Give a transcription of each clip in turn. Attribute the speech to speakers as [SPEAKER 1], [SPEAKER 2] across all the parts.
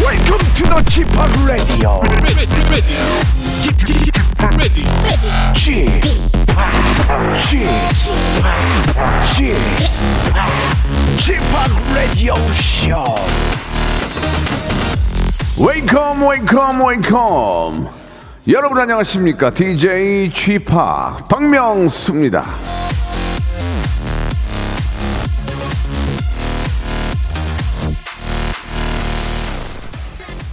[SPEAKER 1] Welcome to the Chip Radio.
[SPEAKER 2] ready, ready, ready, ready.
[SPEAKER 1] Chip, Chip, Chip, Chip Radio Show.
[SPEAKER 3] 웨이컴 웨이컴 웨이컴 여러분 안녕하십니까 DJ 취파 박명수입니다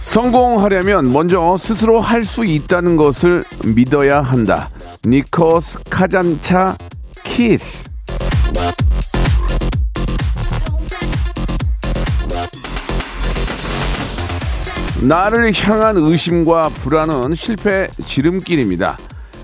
[SPEAKER 3] 성공하려면 먼저 스스로 할 수 있다는 것을 믿어야 한다 니코스 카잔차 키스 나를 향한 의심과 불안은 실패 지름길입니다.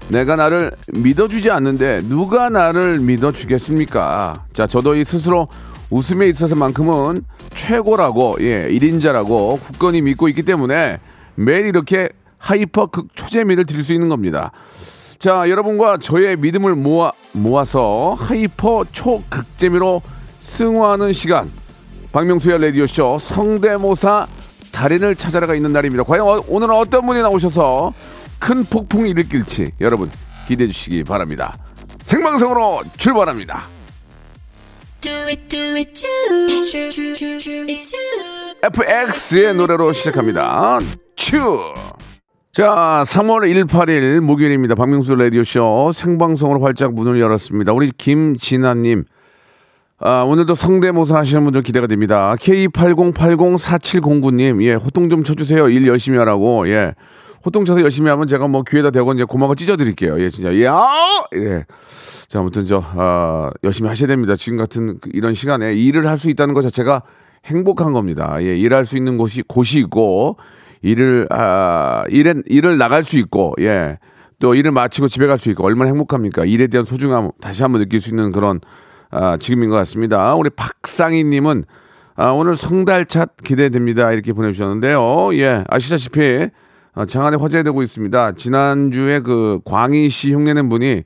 [SPEAKER 3] 내가 나를 믿어주지 않는데 누가 나를 믿어주겠습니까? 자, 저도 이 스스로 웃음에 있어서만큼은 최고라고, 예, 1인자라고 굳건히 믿고 있기 때문에 매일 이렇게 하이퍼 극 초재미를 드릴 수 있는 겁니다. 자, 여러분과 저의 믿음을 모아, 모아서 하이퍼 초극재미로 승화하는 시간. 박명수의 라디오쇼 성대모사 달인을 찾아라가 있는 날입니다. 과연 어- 오늘은 어떤 분이 나오셔서 큰 폭풍이 일으킬지 여러분 기대해 주시기 바랍니다. 생방송으로 출발합니다.
[SPEAKER 4] Do it, do it, do It's true, true, true, true. It's true.
[SPEAKER 3] FX의 노래로 시작합니다. 츄! 자, 3월 18일 목요일입니다. 박명수 라디오쇼 생방송으로 활짝 문을 열었습니다. 우리 김진아님. 아, 오늘도 성대모사 하시는 분들 기대가 됩니다. K80804709님, 예, 호통 좀 쳐주세요. 일 열심히 하라고, 예. 호통 쳐서 열심히 하면 제가 뭐 귀에다 대고 이제 고막을 찢어드릴게요. 예, 진짜. 예, 아우! 예. 자, 아무튼 저, 아, 열심히 하셔야 됩니다. 지금 같은 그 이런 시간에 일을 할 수 있다는 것 자체가 행복한 겁니다. 예, 일할 수 있는 곳이, 곳이 있고, 일을, 아, 일에, 일을 나갈 수 있고, 예. 또 일을 마치고 집에 갈 수 있고, 얼마나 행복합니까? 일에 대한 소중함 다시 한번 느낄 수 있는 그런, 아, 지금인 것 같습니다. 우리 박상희님은, 아, 오늘 성달찻 기대됩니다. 이렇게 보내주셨는데요. 예, 아시다시피, 아, 장안에 화제되고 있습니다. 지난주에 그 광희 씨 흉내낸 분이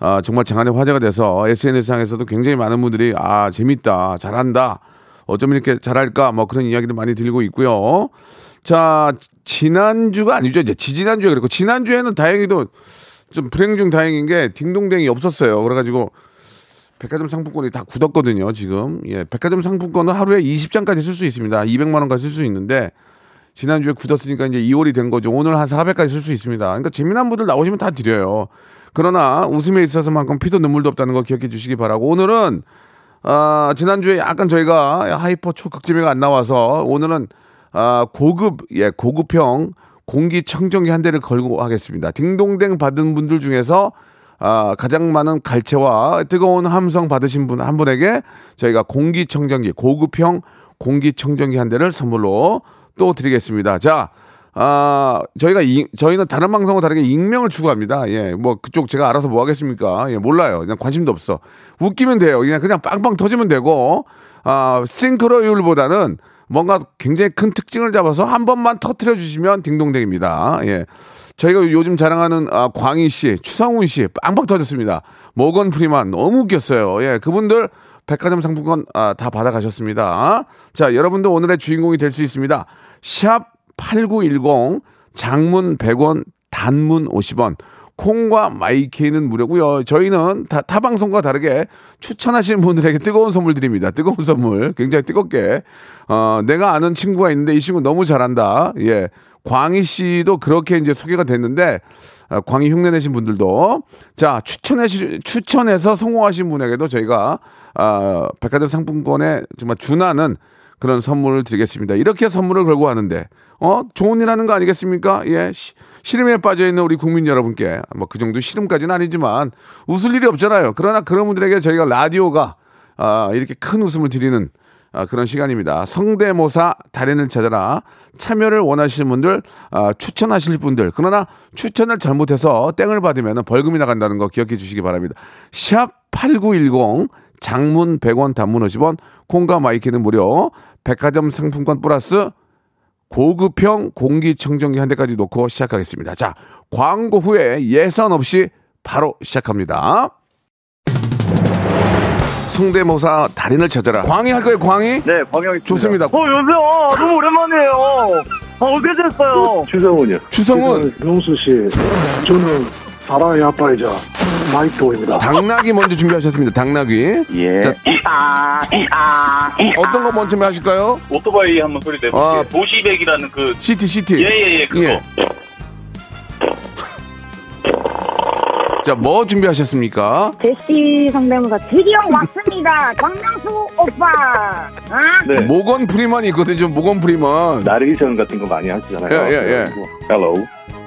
[SPEAKER 3] 아, 정말 장안의 화제가 돼서 SNS상에서도 굉장히 많은 분들이 아, 재밌다, 잘한다, 어쩜 이렇게 잘할까, 뭐 그런 이야기도 많이 들리고 있고요. 자, 지난주가 아니죠. 이제 지지난주에 그랬고, 지난주에는 다행히도 좀 불행 중 다행인 게 딩동댕이 없었어요. 그래가지고 백화점 상품권이 다 굳었거든요, 지금. 예, 백화점 상품권은 하루에 20장까지 쓸 수 있습니다. 200만원까지 쓸 수 있는데, 지난주에 굳었으니까 이제 2월이 된 거죠. 오늘 한 400까지 쓸 수 있습니다. 그러니까 재미난 분들 나오시면 다 드려요. 그러나 웃음에 있어서만큼 피도 눈물도 없다는 거 기억해 주시기 바라고 오늘은 아, 지난주에 약간 저희가 하이퍼 초극지미가 안 나와서 오늘은 아, 고급 예 고급형 공기청정기 한 대를 걸고 하겠습니다. 딩동댕 받은 분들 중에서 아, 가장 많은 갈채와 뜨거운 함성 받으신 분 한 분에게 저희가 공기청정기 고급형 공기청정기 한 대를 선물로 또 드리겠습니다. 자, 아, 저희가 이, 저희는 다른 방송과 다르게 익명을 추구합니다. 예, 뭐 그쪽 제가 알아서 뭐 하겠습니까? 예, 몰라요. 그냥 관심도 없어. 웃기면 돼요. 그냥 그냥 빵빵 터지면 되고, 아, 싱크로율보다는 뭔가 굉장히 큰 특징을 잡아서 한 번만 터트려 주시면 딩동댕입니다. 예. 저희가 요즘 자랑하는 아, 광희 씨, 추상훈 씨 빵빵 터졌습니다. 모건 프리만 너무 웃겼어요. 예, 그분들 백화점 상품권 아, 다 받아가셨습니다. 자, 여러분도 오늘의 주인공이 될 수 있습니다. 샵 8910 장문 100원, 단문 50원. 콩과 마이케이는 무료고요. 저희는 다, 타 방송과 다르게 추천하시는 분들에게 뜨거운 선물 드립니다. 뜨거운 선물 굉장히 뜨겁게 어, 내가 아는 친구가 있는데 이 친구 너무 잘한다. 예, 광희 씨도 그렇게 이제 소개가 됐는데 아, 광희 흉내 내신 분들도 자 추천해 추천해서 성공하신 분에게도 저희가 아, 백화점 상품권에 정말 준하는 그런 선물을 드리겠습니다. 이렇게 선물을 걸고 하는데 어 좋은 일 하는 거 아니겠습니까? 예 시- 시름에 빠져 있는 우리 국민 여러분께 뭐 그 정도 시름까지는 아니지만 웃을 일이 없잖아요. 그러나 그런 분들에게 저희가 라디오가 아, 이렇게 큰 웃음을 드리는 아, 그런 시간입니다. 성대모사 달인을 찾아라 참여를 원하시는 분들 아, 추천하실 분들 그러나 추천을 잘못해서 땡을 받으면 벌금이 나간다는 거 기억해 주시기 바랍니다. 샵8910 장문 100원 단문 50원 콩과 마이키는 무료 백화점 상품권 플러스 고급형 공기청정기 한 대까지 놓고 시작하겠습니다. 자 광고 후에 예산 없이 바로 시작합니다. 성대모사 달인을 찾아라. 광희 할 거예요, 광희?
[SPEAKER 5] 네, 광영이
[SPEAKER 3] 좋습니다.
[SPEAKER 5] 어, 여보세요. 너무 오랜만이에요. 아, 어떻게 됐어요?
[SPEAKER 6] 추성훈이요.
[SPEAKER 3] 추성훈,
[SPEAKER 7] 명수 씨, 저는 사랑의 아빠이자 마이토입니다.
[SPEAKER 3] 당나귀 먼저 준비하셨습니다. 당나귀.
[SPEAKER 6] 예.
[SPEAKER 3] 자, 어떤 거 먼저 하실까요?
[SPEAKER 8] 오토바이 한번 소리 내볼게요.
[SPEAKER 3] 아.
[SPEAKER 8] 도시백이라는 그
[SPEAKER 3] 시티, 시티.
[SPEAKER 8] 예예예 그거.
[SPEAKER 3] 예. 자, 뭐 준비하셨습니까?
[SPEAKER 9] 제시 성대모사 드디어 왔습니다. 박명수 오빠. 어?
[SPEAKER 6] 네.
[SPEAKER 3] 모건 프리먼이 있거든요. 모건 프리먼.
[SPEAKER 8] 네.
[SPEAKER 6] 나레이션 같은 거 많이 하시잖아요.
[SPEAKER 3] 예, 예, 예.
[SPEAKER 6] Hello,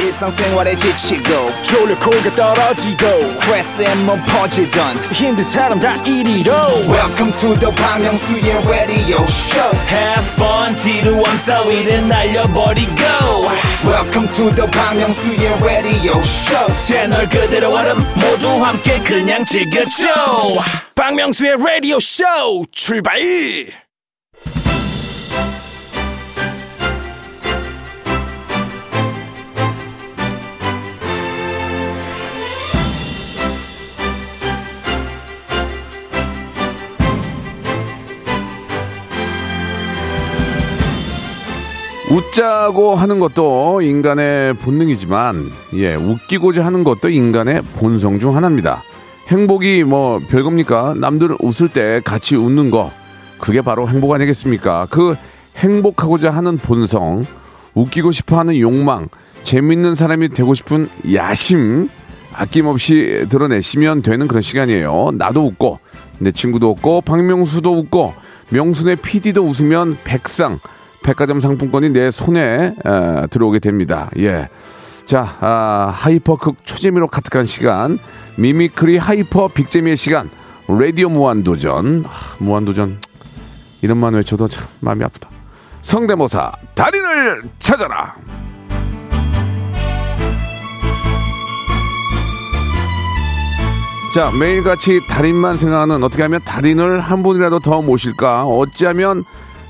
[SPEAKER 1] 일상생활에 지치고, 졸려 코가 떨어지고, 스트레스에 몸 퍼지던, 힘든 사람 다 이리로. welcome to the Bang Myung-soo's radio show
[SPEAKER 2] Have fun 지루함 따위를 날려버리고
[SPEAKER 1] welcome to the Bang Myung-soo's radio show
[SPEAKER 2] 채널 그대로 얼음 모두 함께 그냥 즐겨줘
[SPEAKER 1] 박명수의 라디오 쇼 출발
[SPEAKER 3] 웃자고 하는 것도 인간의 본능이지만 예, 웃기고자 하는 것도 인간의 본성 중 하나입니다. 행복이 뭐 별겁니까? 남들 웃을 때 같이 웃는 거 그게 바로 행복 아니겠습니까? 그 행복하고자 하는 본성, 웃기고 싶어 하는 욕망, 재밌는 사람이 되고 싶은 야심 아낌없이 드러내시면 되는 그런 시간이에요. 나도 웃고 내 친구도 웃고 박명수도 웃고 명순의 PD도 웃으면 백상 백화점 상품권이 내 손에 에, 들어오게 됩니다. 예. 자, 아, 하이퍼 극 초재미로 카특한 시간, 미미크리 하이퍼 빅재미의 시간, 라디오 무한도전, 아, 무한도전, 이름만 외쳐도 참 마음이 아프다. 성대모사, 달인을 찾아라! 자, 매일같이 달인만 생각하는 어떻게 하면 달인을 한 분이라도 더 모실까? 어찌하면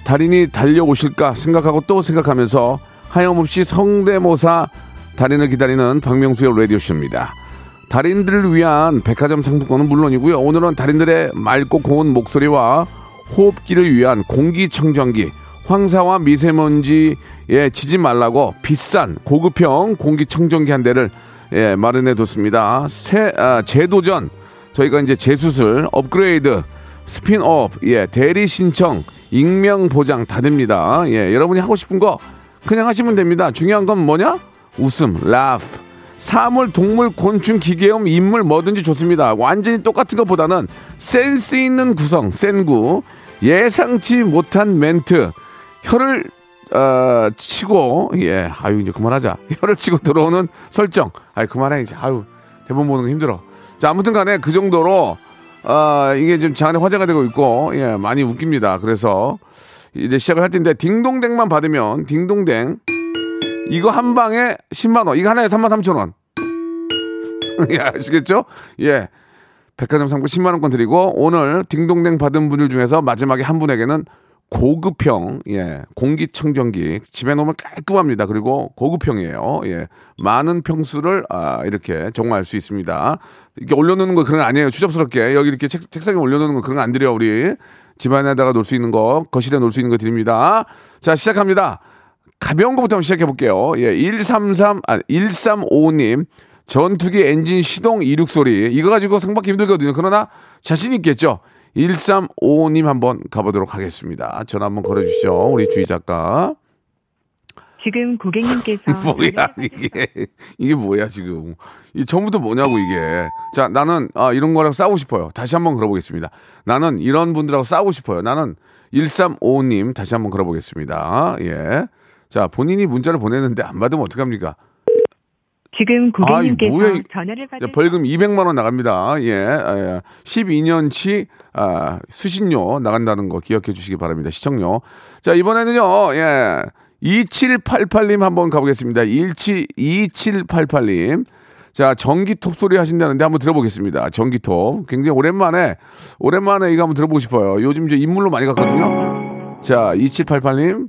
[SPEAKER 3] 달인이 달려오실까? 생각하고 또 생각하면서 하염없이 성대모사 달인을 기다리는 박명수의 라디오쇼입니다. 달인들을 위한 백화점 상품권은 물론이고요. 오늘은 달인들의 맑고 고운 목소리와 호흡기를 위한 공기청정기, 황사와 미세먼지에 지지 말라고 비싼 고급형 공기청정기 한 대를 예, 마련해 뒀습니다. 새, 아, 재도전, 저희가 이제 재수술, 업그레이드, 스핀업, 예, 대리 신청, 익명 보장 다 됩니다. 예, 여러분이 하고 싶은 거 그냥 하시면 됩니다. 중요한 건 뭐냐? 웃음, 라프. 사물, 동물, 곤충, 기계음, 인물 뭐든지 좋습니다. 완전히 똑같은 것보다는 센스 있는 구성, 센구, 예상치 못한 멘트, 혀를 어, 치고 예, 아유 이제 그만하자. 혀를 치고 들어오는 설정. 아유 그만해 이제. 아유 대본 보는 거 힘들어. 자 아무튼간에 그 정도로 아, 이게 지금 장안에 화제가 되고 있고, 예, 많이 웃깁니다. 그래서 이제 시작을 할 텐데, 딩동댕만 받으면, 딩동댕. 이거 한 방에 10만원, 이거 하나에 3만 3천원. 예, 아시겠죠? 예. 백화점 상품 10만원권 드리고, 오늘 딩동댕 받은 분들 중에서 마지막에 한 분에게는 고급형, 예, 공기청정기. 집에 놓으면 깔끔합니다. 그리고 고급형이에요. 예. 많은 평수를, 아, 이렇게 정화할 수 있습니다. 이렇게 올려놓는 거 그런 거 아니에요. 추접스럽게. 여기 이렇게 책, 책상에 올려놓는 거 그런 거 안 드려, 우리. 집안에다가 놓을 수 있는 거, 거실에 놓을 수 있는 거 드립니다. 자, 시작합니다. 가벼운 것부터 한번 시작해 볼게요. 예, 133, 아, 1355님. 전투기 엔진 시동 이륙 소리. 이거 가지고 상받기 힘들거든요. 그러나 자신 있겠죠? 1355님 한번 가보도록 하겠습니다. 전화 한번 걸어주시죠. 우리 주희 작가.
[SPEAKER 10] 지금
[SPEAKER 9] 아,
[SPEAKER 10] 고객님께서
[SPEAKER 3] 뭐야 이게 이게 뭐야 지금 이 처음부터 뭐냐고 이게 자 나는 아, 이런 거랑 싸우고 싶어요 다시 한번 걸어보겠습니다 나는 이런 분들하고 싸우고 싶어요 나는 1355님 다시 한번 걸어보겠습니다 예자 본인이 문자를 보냈는데 안 받으면 어떡합니까
[SPEAKER 10] 지금
[SPEAKER 5] 아,
[SPEAKER 3] 고객님께서 뭐야, 이-
[SPEAKER 10] 전화를
[SPEAKER 3] 자, 벌금 200만 원 나갑니다. 예, 예. 12년치 아, 수신료 나간다는 거 기억해 주시기 바랍니다. 시청료. 자 이번에는요. 예. 2788님 한번 가보겠습니다. 17 2788님. 자, 전기톱 소리 하신다는데 한번 들어보겠습니다. 전기톱. 굉장히 오랜만에, 오랜만에 이거 한번 들어보고 싶어요. 요즘 이제 인물로 많이 갔거든요. 자, 2788님.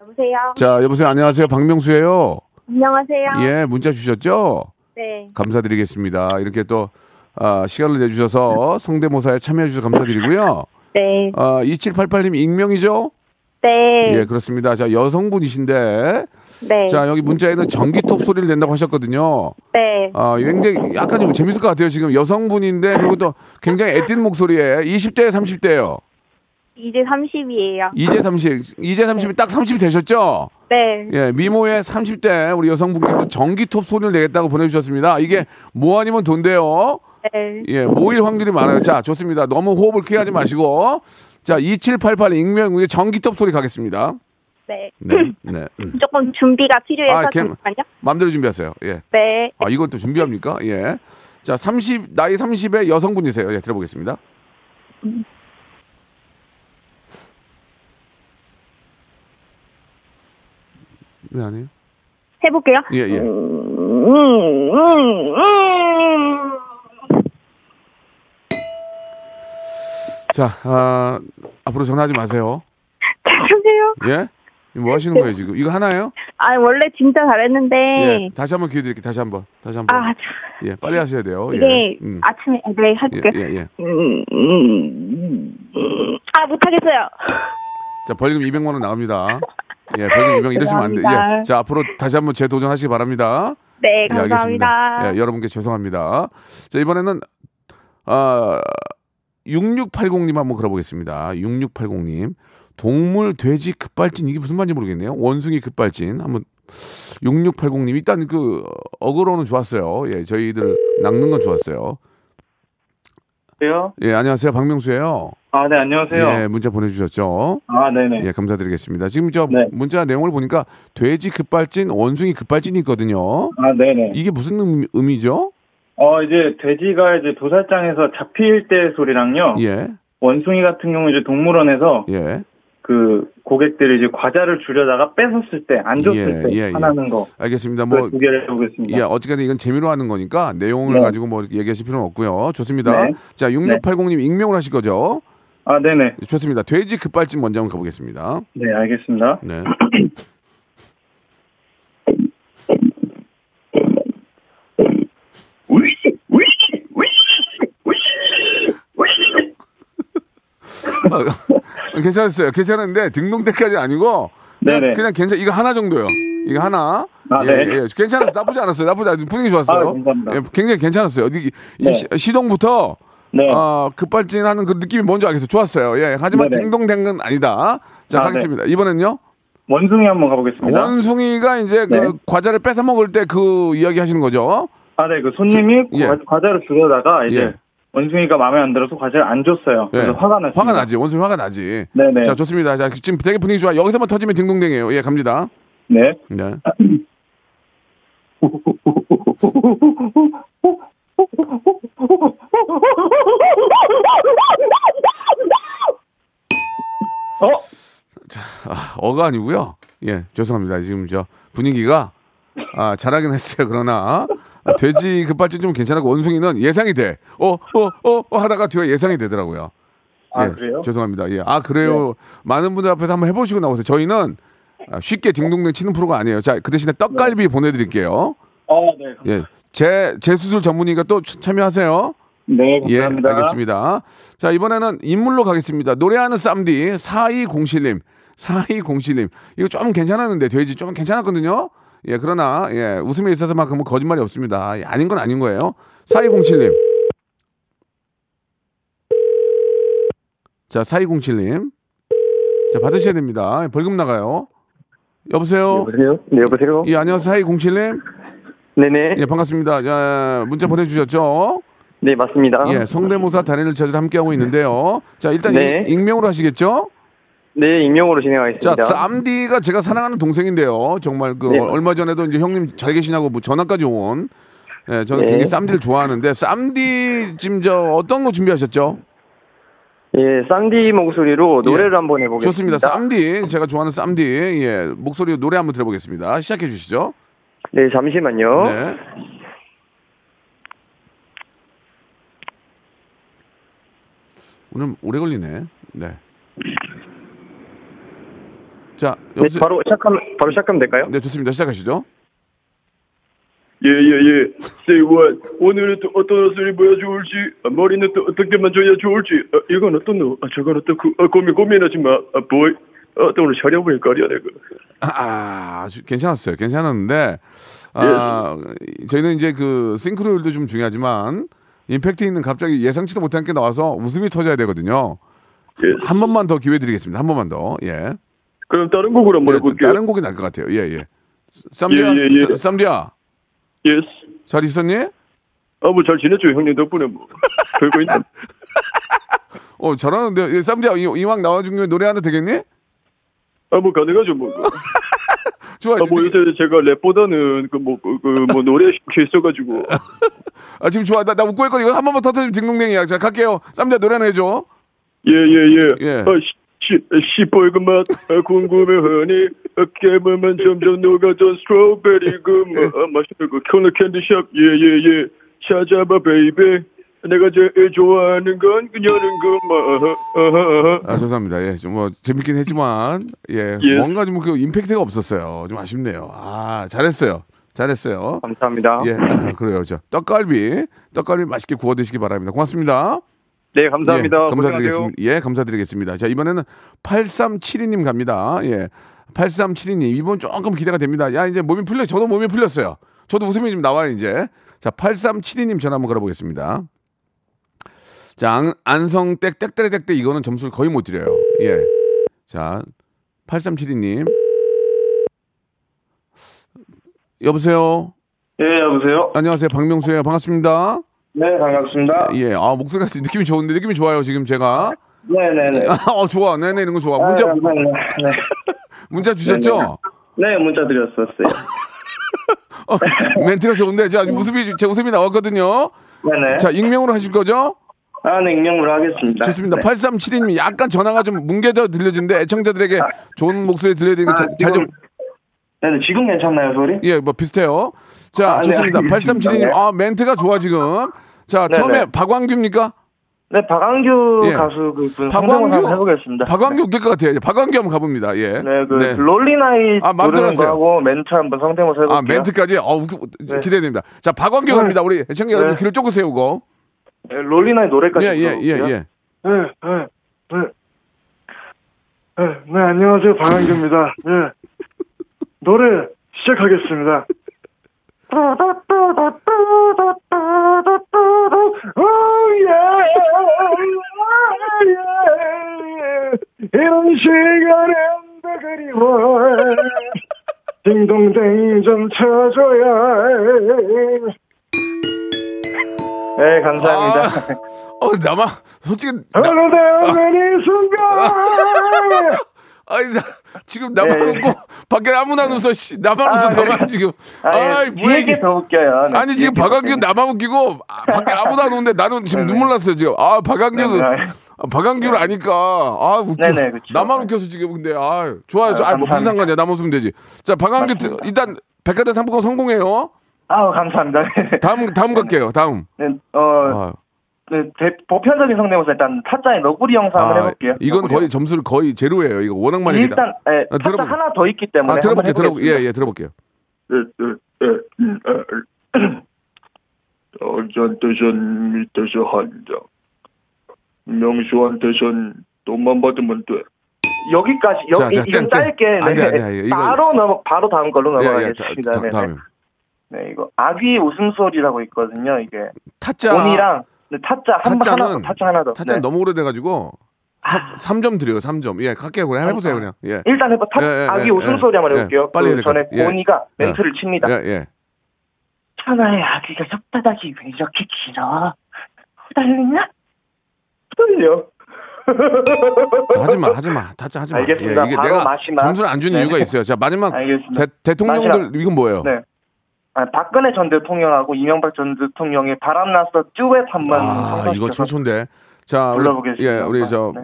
[SPEAKER 9] 여보세요.
[SPEAKER 3] 자, 여보세요. 안녕하세요. 박명수예요.
[SPEAKER 9] 안녕하세요.
[SPEAKER 3] 예, 문자 주셨죠?
[SPEAKER 9] 네.
[SPEAKER 3] 감사드리겠습니다. 이렇게 또 아, 시간을 내주셔서 성대모사에 참여해주셔서 감사드리고요.
[SPEAKER 9] 네.
[SPEAKER 3] 아, 2788님 익명이죠?
[SPEAKER 9] 네.
[SPEAKER 3] 예, 그렇습니다. 자, 여성분이신데,
[SPEAKER 9] 네.
[SPEAKER 3] 자, 여기 문자에는 전기톱 소리를 낸다고 하셨거든요.
[SPEAKER 9] 네.
[SPEAKER 3] 아, 굉장히 약간 좀 재밌을 것 같아요. 지금 여성분인데, 그리고 또 굉장히 애띤 목소리에 20대, 30대예요
[SPEAKER 9] 이제 30이에요.
[SPEAKER 3] 이제 30, 이제 30이 딱 30이 되셨죠?
[SPEAKER 9] 네.
[SPEAKER 3] 예, 미모의 30대 우리 여성분께서 전기톱 소리를 내겠다고 보내주셨습니다. 이게 뭐 아니면 돈데요.
[SPEAKER 9] 네.
[SPEAKER 3] 예, 모일 확률이 많아요. 자, 좋습니다. 너무 호흡을 크게 하지 마시고. 자, 2788 익명, 우리 전기톱 소리 가겠습니다.
[SPEAKER 5] 예.
[SPEAKER 9] 네.
[SPEAKER 3] 네, 네. 음.
[SPEAKER 9] 조금 준비가 필요해서
[SPEAKER 3] 아, 걔-
[SPEAKER 9] 잠깐만요.
[SPEAKER 3] 마음대로 준비하세요. 예.
[SPEAKER 9] 네.
[SPEAKER 3] 아, 이건 또 준비합니까? 예. 자, 30, 나이 30의 여성분이세요. 예, 들어보겠습니다. 왜 안 해요?
[SPEAKER 9] 해볼게요.
[SPEAKER 3] 네, 예, 예.
[SPEAKER 9] 음, 음, 음.
[SPEAKER 3] 자, 아, 앞으로 전화하지 마세요.
[SPEAKER 9] 죄송해요.
[SPEAKER 3] 예? 이거 뭐 하시는 거예요, 지금? 이거 하나예요?
[SPEAKER 9] 아, 원래 진짜 잘했는데.
[SPEAKER 3] 예. 다시 한번 기회 드릴게요. 다시 한 번. 다시 한 번.
[SPEAKER 9] 네. 아,
[SPEAKER 3] 예, 빨리 하셔야 돼요. 예.
[SPEAKER 9] 이게
[SPEAKER 3] 음.
[SPEAKER 9] 아침에, 네,
[SPEAKER 3] 예,
[SPEAKER 9] 해볼게요.
[SPEAKER 3] 예, 예.
[SPEAKER 9] 음, 음, 음. 아, 못하겠어요.
[SPEAKER 3] 자, 벌금 200만 원 나갑니다. 예, 벌금 200 이러시면 안 돼. 예.
[SPEAKER 9] 죄송합니다.
[SPEAKER 3] 자, 앞으로 다시 한번 재도전하시기 바랍니다.
[SPEAKER 9] 네,
[SPEAKER 3] 예,
[SPEAKER 9] 감사합니다.
[SPEAKER 3] 알겠습니다. 예, 여러분께 죄송합니다. 자, 이번에는 아 6680님 한번 걸어보겠습니다. 6680님. 동물 돼지 급발진 이게 무슨 말인지 모르겠네요. 원숭이 급발진 한번 6680님 일단 그 어그로는 좋았어요. 예, 저희들 낚는 건 좋았어요.
[SPEAKER 8] 안녕하세요.
[SPEAKER 3] 예, 안녕하세요. 박명수예요.
[SPEAKER 8] 아, 네, 안녕하세요.
[SPEAKER 3] 예, 문자 보내주셨죠.
[SPEAKER 8] 아, 네네.
[SPEAKER 3] 예, 감사드리겠습니다. 지금 저
[SPEAKER 8] 네.
[SPEAKER 3] 문자 내용을 보니까 돼지 급발진, 원숭이 급발진이 있거든요.
[SPEAKER 8] 아, 네네.
[SPEAKER 3] 이게 무슨 음, 의미죠?
[SPEAKER 8] 어, 이제 돼지가 이제 도살장에서 잡힐 때 소리랑요.
[SPEAKER 3] 예,
[SPEAKER 8] 원숭이 같은 경우 이제 동물원에서
[SPEAKER 3] 예.
[SPEAKER 8] 그 고객들이 이제 과자를 주려다가 뺏었을 때, 안 줬을
[SPEAKER 3] 예,
[SPEAKER 8] 때
[SPEAKER 3] 예, 예.
[SPEAKER 8] 화나는 거.
[SPEAKER 3] 알겠습니다.
[SPEAKER 8] 그
[SPEAKER 3] 뭐,
[SPEAKER 8] 두 개를 해보겠습니다.
[SPEAKER 3] 예, 어쨌든 이건 재미로 하는 거니까 내용을
[SPEAKER 8] 네.
[SPEAKER 3] 가지고 뭐 얘기하실 필요는 없고요. 좋습니다.
[SPEAKER 8] 네.
[SPEAKER 3] 자, 6680님 익명을 하실 거죠?
[SPEAKER 8] 아, 네네.
[SPEAKER 3] 좋습니다. 돼지 급발진 먼저 한번 가보겠습니다.
[SPEAKER 8] 네, 알겠습니다.
[SPEAKER 3] 네. 아, 괜찮았어요. 괜찮은데 등동대까지 아니고 그냥,
[SPEAKER 8] 네네.
[SPEAKER 3] 그냥 괜찮. 이거 하나 정도요. 이거 하나.
[SPEAKER 8] 아,
[SPEAKER 3] 예,
[SPEAKER 8] 네.
[SPEAKER 3] 예. 괜찮았어요. 나쁘지 않았어요. 나쁘지 않았어요. 분위기 좋았어요.
[SPEAKER 8] 아, 감사합니다.
[SPEAKER 3] 예, 굉장히 괜찮았어요. 이, 이
[SPEAKER 8] 네.
[SPEAKER 3] 시- 시동부터
[SPEAKER 8] 네.
[SPEAKER 3] 아, 급발진하는 그 느낌이 뭔지 알겠어요. 좋았어요. 예. 하지만
[SPEAKER 8] 네네.
[SPEAKER 3] 딩동댕은 아니다. 자,
[SPEAKER 8] 아,
[SPEAKER 3] 가겠습니다. 이번엔요.
[SPEAKER 8] 원숭이 한번 가보겠습니다.
[SPEAKER 3] 원숭이가 이제 그
[SPEAKER 8] 네.
[SPEAKER 3] 과자를 뺏어 먹을 때 그 이야기 하시는 거죠.
[SPEAKER 8] 아, 네, 그 손님이
[SPEAKER 3] 예.
[SPEAKER 8] 과- 과자를 주려다가 이제
[SPEAKER 3] 예.
[SPEAKER 8] 원숭이가 마음에 안 들어서 과자를 안 줬어요.
[SPEAKER 3] 예.
[SPEAKER 8] 네, 그래서 화가 났어요.
[SPEAKER 3] 지 원숭이 화가 나지.
[SPEAKER 8] 네네.
[SPEAKER 3] 자, 좋습니다. 자, 지금 되게 분위기 좋아. 여기서만 터지면 딩동댕이에요. 예, 갑니다.
[SPEAKER 8] 네.
[SPEAKER 3] 네.
[SPEAKER 8] 어?
[SPEAKER 3] 아, 어가 아니고요. 예, 죄송합니다. 지금 저 분위기가 아, 잘하긴 했어요. 그러나 아, 돼지 급발진 좀 괜찮고 원숭이는 예상이 돼. 어, 어, 어, 어 하다가 뒤가 예상이 되더라고요.
[SPEAKER 8] 아,
[SPEAKER 3] 예,
[SPEAKER 8] 그래요? 네.
[SPEAKER 3] 죄송합니다. 예. 아, 그래요. 많은 분들 앞에서 한번 해보시고 나오세요. 저희는 아, 쉽게 딩동댕 치는 프로가 아니에요. 자, 그 대신에 떡갈비
[SPEAKER 8] 네.
[SPEAKER 3] 보내드릴게요.
[SPEAKER 8] 어, 네.
[SPEAKER 3] 예. 제, 제 수술 전문의가 또 참- 참여하세요.
[SPEAKER 8] 네,
[SPEAKER 3] 예,
[SPEAKER 8] 감사합니다.
[SPEAKER 3] 알겠습니다. 자, 이번에는 인물로 가겠습니다. 노래하는 쌈디 4207님. 4207님. 이거 좀 괜찮았는데 돼지 좀 괜찮았거든요. 예, 그러나 예, 웃음에 있어서만큼은 거짓말이 없습니다. 예, 아닌 건 아닌 거예요. 4207님. 자, 4207님. 자, 받으셔야 됩니다. 예, 벌금 나가요. 여보세요?
[SPEAKER 5] 여보세요? 네, 여보세요?
[SPEAKER 3] 예, 안녕하세요. 4207님.
[SPEAKER 5] 네네.
[SPEAKER 3] 어. 예, 반갑습니다. 야, 문자 보내주셨죠?
[SPEAKER 5] 네, 맞습니다.
[SPEAKER 3] 예, 성대모사 단일을 찾으러 함께하고 있는데요. 자, 일단
[SPEAKER 5] 네.
[SPEAKER 3] 익- 익명으로 하시겠죠?
[SPEAKER 5] 네, 익명으로
[SPEAKER 3] 자,
[SPEAKER 5] 진행하겠습니다.
[SPEAKER 3] 쌈디가 제가 사랑하는 동생인데요. 정말 그
[SPEAKER 5] 네.
[SPEAKER 3] 어, 얼마 전에도 이제 형님 잘 계시냐고 뭐 전화까지 온. 예, 저는
[SPEAKER 5] 네.
[SPEAKER 3] 굉장히 쌈디를 좋아하는데 쌈디 지금 저 어떤 거 준비하셨죠?
[SPEAKER 8] 예, 쌍디 목소리로 노래를
[SPEAKER 3] 예.
[SPEAKER 8] 한번 해보겠습니다.
[SPEAKER 3] 좋습니다. 쌈디 제가 좋아하는 쌈디 예 목소리 노래 한번 들어보겠습니다. 시작해 주시죠.
[SPEAKER 8] 네, 잠시만요.
[SPEAKER 3] 네. 오늘 오래 걸리네. 네. 자
[SPEAKER 8] 네,
[SPEAKER 3] 여보세요.
[SPEAKER 8] 바로 시작하면 바로 시작하면 될까요?
[SPEAKER 3] 네 좋습니다. 시작하시죠.
[SPEAKER 11] 예예예 Say what 오늘은 또 어떤 옷을 보여줄지 아, 머리는 또 어떻게 만져야 좋을지 아, 이건 어떤 옷 아, 저건 어떻고 아, 고민 고민하지 마 아, 보이 아, 또 오늘 촬영을 거리야 내가
[SPEAKER 3] 아, 아주 괜찮았어요. 괜찮았는데 아,
[SPEAKER 11] 예.
[SPEAKER 3] 저희는 이제 그 싱크로율도 좀 중요하지만 임팩트 있는 갑자기 예상치도 못한 게 나와서 웃음이 터져야 되거든요.
[SPEAKER 11] 예.
[SPEAKER 3] 한 번만 더 기회 드리겠습니다. 한 번만 더. 예.
[SPEAKER 11] 뭐 그럼 다른 곡으로 한번
[SPEAKER 3] 예,
[SPEAKER 11] 해볼게요.
[SPEAKER 3] 다른 곡이 날 것 같아요. 예, 예. 쌈디야,
[SPEAKER 11] 예, 예, 예.
[SPEAKER 3] 쌈- 쌈디야.
[SPEAKER 11] 예스
[SPEAKER 3] 잘 있었니?
[SPEAKER 11] 아뭐 잘 지냈죠 형님 덕분에 뭐 별거 있나
[SPEAKER 3] 어, 잘하는데. 예, 쌈디야, 이, 이왕 나와준 김에 노래 하나 되겠니?
[SPEAKER 11] 아 뭐 가능하죠 뭐
[SPEAKER 3] 좋아
[SPEAKER 11] 아뭐 요새 제가 랩보다는 그 뭐 그 뭐 노래 시켜 있어가지고
[SPEAKER 3] 아, 지금 좋아. 나, 나 웃고 있거든. 이거 한 번만 터뜨리면 딩동댕이야. 자, 갈게요. 쌈디야, 노래 하나 해줘.
[SPEAKER 11] 예예예.
[SPEAKER 3] 예.
[SPEAKER 11] 아, 시, 시, 시뻘건 맛 아, 궁금해하니 아, 깨물면 점점 녹아든 스트로베리
[SPEAKER 3] 예.
[SPEAKER 11] 그맛 아, 맛있는 거 코너 캔디샵 예예예. 찾아봐 베이비. 내가 제일 좋아하는 건 그녀는 뭐, 그맛. 아하, 아하.
[SPEAKER 3] 아, 죄송합니다. 예, 좀 뭐 재밌긴 했지만 예,
[SPEAKER 11] 예.
[SPEAKER 3] 뭔가 좀 그 임팩트가 없었어요. 좀 아쉽네요. 아, 잘했어요. 잘했어요.
[SPEAKER 8] 감사합니다.
[SPEAKER 3] 예, 아, 그래요. 저 떡갈비, 떡갈비 맛있게 구워 드시기 바랍니다. 고맙습니다.
[SPEAKER 8] 네, 감사합니다.
[SPEAKER 3] 예,
[SPEAKER 8] 고생하세요.
[SPEAKER 3] 감사드리겠습니다. 예, 감사드리겠습니다. 자, 이번에는 8372님 갑니다. 예. 8372님. 이번 조금 기대가 됩니다. 야, 이제 몸이 풀려. 저도 몸이 풀렸어요. 저도 웃음이 좀 나와요, 이제. 자, 8372님 전화 한번 걸어보겠습니다. 자, 안, 안성 땡땡땡땡 이거는 점수를 거의 못 드려요. 예. 자, 8372님. 여보세요?
[SPEAKER 8] 네,
[SPEAKER 12] 예, 여보세요?
[SPEAKER 3] 안녕하세요. 박명수예요. 반갑습니다.
[SPEAKER 12] 네, 반갑습니다.
[SPEAKER 3] 예, 아 목소리가 느낌이 좋은데 느낌이 좋아요 지금 제가.
[SPEAKER 12] 네네네.
[SPEAKER 3] 어 좋아, 네네 이런 거 좋아. 문자 문자 주셨죠?
[SPEAKER 12] 네, 문자 드렸었어요.
[SPEAKER 3] 어, 멘트가 좋은데 자 웃음이 제 웃음이 나왔거든요.
[SPEAKER 12] 네. 네네.
[SPEAKER 3] 자 익명으로 하실 거죠?
[SPEAKER 12] 아, 네, 익명으로 하겠습니다.
[SPEAKER 3] 좋습니다.
[SPEAKER 12] 네.
[SPEAKER 3] 8372님 약간 전화가 좀 뭉개져 들려지는데 애청자들에게 좋은 목소리 들려야 되니까
[SPEAKER 12] 아,
[SPEAKER 3] 잘 좀.
[SPEAKER 12] 네네, 지금 괜찮나요, 소리?
[SPEAKER 3] 예, 뭐 비슷해요. 자
[SPEAKER 12] 아, 네,
[SPEAKER 3] 좋습니다.
[SPEAKER 12] 알겠습니다.
[SPEAKER 3] 8372님 아 멘트가 좋아 지금. 자
[SPEAKER 12] 네네.
[SPEAKER 3] 처음에 박광규입니까?
[SPEAKER 12] 네, 박광규
[SPEAKER 3] 예.
[SPEAKER 12] 가수 그분
[SPEAKER 3] 박광규?
[SPEAKER 12] 박광규 한번 해보겠습니다.
[SPEAKER 3] 박광규 웃길 것 같아요. 이제 박광규 한번 가봅니다. 예.
[SPEAKER 12] 네, 그 롤리나이
[SPEAKER 3] 아, 맘
[SPEAKER 12] 부르는
[SPEAKER 3] 들었어요.
[SPEAKER 12] 거하고 멘트 한번 성대모사 해볼게요.
[SPEAKER 3] 아 멘트까지 어 웃-
[SPEAKER 12] 네.
[SPEAKER 3] 기대됩니다. 자 박광규
[SPEAKER 12] 네.
[SPEAKER 3] 갑니다. 우리 애청자 여러분
[SPEAKER 12] 네.
[SPEAKER 3] 귀를 조금 세우고.
[SPEAKER 12] 네, 롤리나이 노래까지
[SPEAKER 3] 예예예 예,
[SPEAKER 12] 불러볼게요.
[SPEAKER 7] 네,
[SPEAKER 3] 예.
[SPEAKER 7] 네, 네. 네, 네, 안녕하세요. 방한규입니다. 네. 노래 시작하겠습니다. 아, 예, 아, 예. 이런 시간엔 그리워. 딩동댕 좀 쳐줘야 해.
[SPEAKER 12] 네, 감사합니다.
[SPEAKER 3] 어 나만 솔직히
[SPEAKER 12] 아,
[SPEAKER 3] 나, 아.
[SPEAKER 7] 어느대어느 순간
[SPEAKER 3] 아니 나 지금 나만
[SPEAKER 12] 예, 예.
[SPEAKER 3] 웃고 밖에 아무나 안 웃어 씨 나만
[SPEAKER 12] 아,
[SPEAKER 3] 웃어
[SPEAKER 12] 네.
[SPEAKER 3] 나만 지금.
[SPEAKER 12] 아, 예.
[SPEAKER 3] 아이 뭐야
[SPEAKER 12] 뒤에게
[SPEAKER 3] 이게.
[SPEAKER 12] 더 웃겨요. 네,
[SPEAKER 3] 아니
[SPEAKER 12] 뒤에게
[SPEAKER 3] 지금
[SPEAKER 12] 더
[SPEAKER 3] 박광규
[SPEAKER 12] 웃겨요.
[SPEAKER 3] 나만 웃기고 아, 밖에 아무도 안 웃는데 나는 지금 눈물 났어요 지금. 아 박광규
[SPEAKER 12] 네, 네.
[SPEAKER 3] 아, 박광규를 아니까 아 웃겨.
[SPEAKER 12] 네, 네, 그쵸.
[SPEAKER 3] 나만 웃겨서 지금 근데 아 좋아요.
[SPEAKER 12] 아,
[SPEAKER 3] 아, 뭐 무슨
[SPEAKER 12] 감사합니다.
[SPEAKER 3] 상관이야 나만 웃으면 되지. 자 박광규 드- 일단 백화점 상품권 성공해요.
[SPEAKER 12] 아우, 감사합니다.
[SPEAKER 3] 다음 다음 갈게요. 다음.
[SPEAKER 12] 네, 어,
[SPEAKER 3] 아,
[SPEAKER 12] 네, 대- 보편적인 성대모사 일단 타짜의 너구리 영상 한번
[SPEAKER 3] 아,
[SPEAKER 12] 해볼게요.
[SPEAKER 3] 이건
[SPEAKER 12] 너구리
[SPEAKER 3] 거의 점수를 거의 제로예요. 이거 워낙 많이
[SPEAKER 12] 일단
[SPEAKER 3] 얘기다.
[SPEAKER 12] 예,
[SPEAKER 3] 아,
[SPEAKER 12] 첫
[SPEAKER 3] 들어볼-
[SPEAKER 12] 하나 더 있기
[SPEAKER 3] 아
[SPEAKER 12] 때문에 한번
[SPEAKER 3] 들어볼게요. 들어볼
[SPEAKER 12] 해보겠습니다.
[SPEAKER 3] 예예 들어볼게요.
[SPEAKER 11] 저한테선 밑에서 한장 명수한테선 돈만 받으면 돼.
[SPEAKER 12] 여기까지
[SPEAKER 3] 자,
[SPEAKER 12] 여기
[SPEAKER 3] 자, 땡,
[SPEAKER 12] 이건 짧게
[SPEAKER 3] 땡. 안 돼,
[SPEAKER 12] 네.
[SPEAKER 3] 안 돼, 안 돼. 이거-
[SPEAKER 12] 바로 넘어 바로 다음 걸로
[SPEAKER 3] 예예
[SPEAKER 12] 넘어가겠습니다. 네, 네.
[SPEAKER 3] 다음.
[SPEAKER 12] 네, 이거 아귀 웃음소리라고 있거든요. 이게
[SPEAKER 3] 타짜.
[SPEAKER 12] 온이랑 네, 타짜 한 번 하나 더,
[SPEAKER 3] 타짜는
[SPEAKER 12] 타짜 하나 더.
[SPEAKER 3] 타짜
[SPEAKER 12] 네.
[SPEAKER 3] 는 너무 오래돼가지고 3, 점 드려요. 3점. 예 갈게요 그냥 해보세요 그냥. 예.
[SPEAKER 12] 일단 해봐. 타,
[SPEAKER 3] 예, 예,
[SPEAKER 12] 아귀
[SPEAKER 3] 예,
[SPEAKER 12] 웃음소리
[SPEAKER 3] 예.
[SPEAKER 12] 한번 해볼게요.
[SPEAKER 3] 예, 빨리 해야
[SPEAKER 12] 그
[SPEAKER 3] 될것
[SPEAKER 12] 전에
[SPEAKER 3] 같아요. 예.
[SPEAKER 12] 온이가
[SPEAKER 3] 예.
[SPEAKER 12] 멘트를 칩니다.
[SPEAKER 3] 예 예.
[SPEAKER 12] 천하의 아귀가 혓바닥이 왜 이렇게 길어? 후달리냐? 후달려.
[SPEAKER 3] 뭐 하지마 하지마 타짜 하지마.
[SPEAKER 12] 알겠습니다.
[SPEAKER 3] 예, 이게
[SPEAKER 12] 바로
[SPEAKER 3] 내가
[SPEAKER 12] 마지막.
[SPEAKER 3] 점수를 안 주는
[SPEAKER 12] 네.
[SPEAKER 3] 이유가 있어요. 자 마지막
[SPEAKER 12] 알겠습니다.
[SPEAKER 3] 대, 통령들
[SPEAKER 12] 마지막.
[SPEAKER 3] 이건 뭐예요?
[SPEAKER 12] 네. 아, 박근혜 전 대통령하고 이명박 전 대통령의 바람나서 듀엣 한번
[SPEAKER 3] 아
[SPEAKER 12] 성사시켜서
[SPEAKER 3] 이거 최초인데 자, 우리,
[SPEAKER 12] 불러보겠습니다.
[SPEAKER 3] 예, 우리 저
[SPEAKER 12] 네.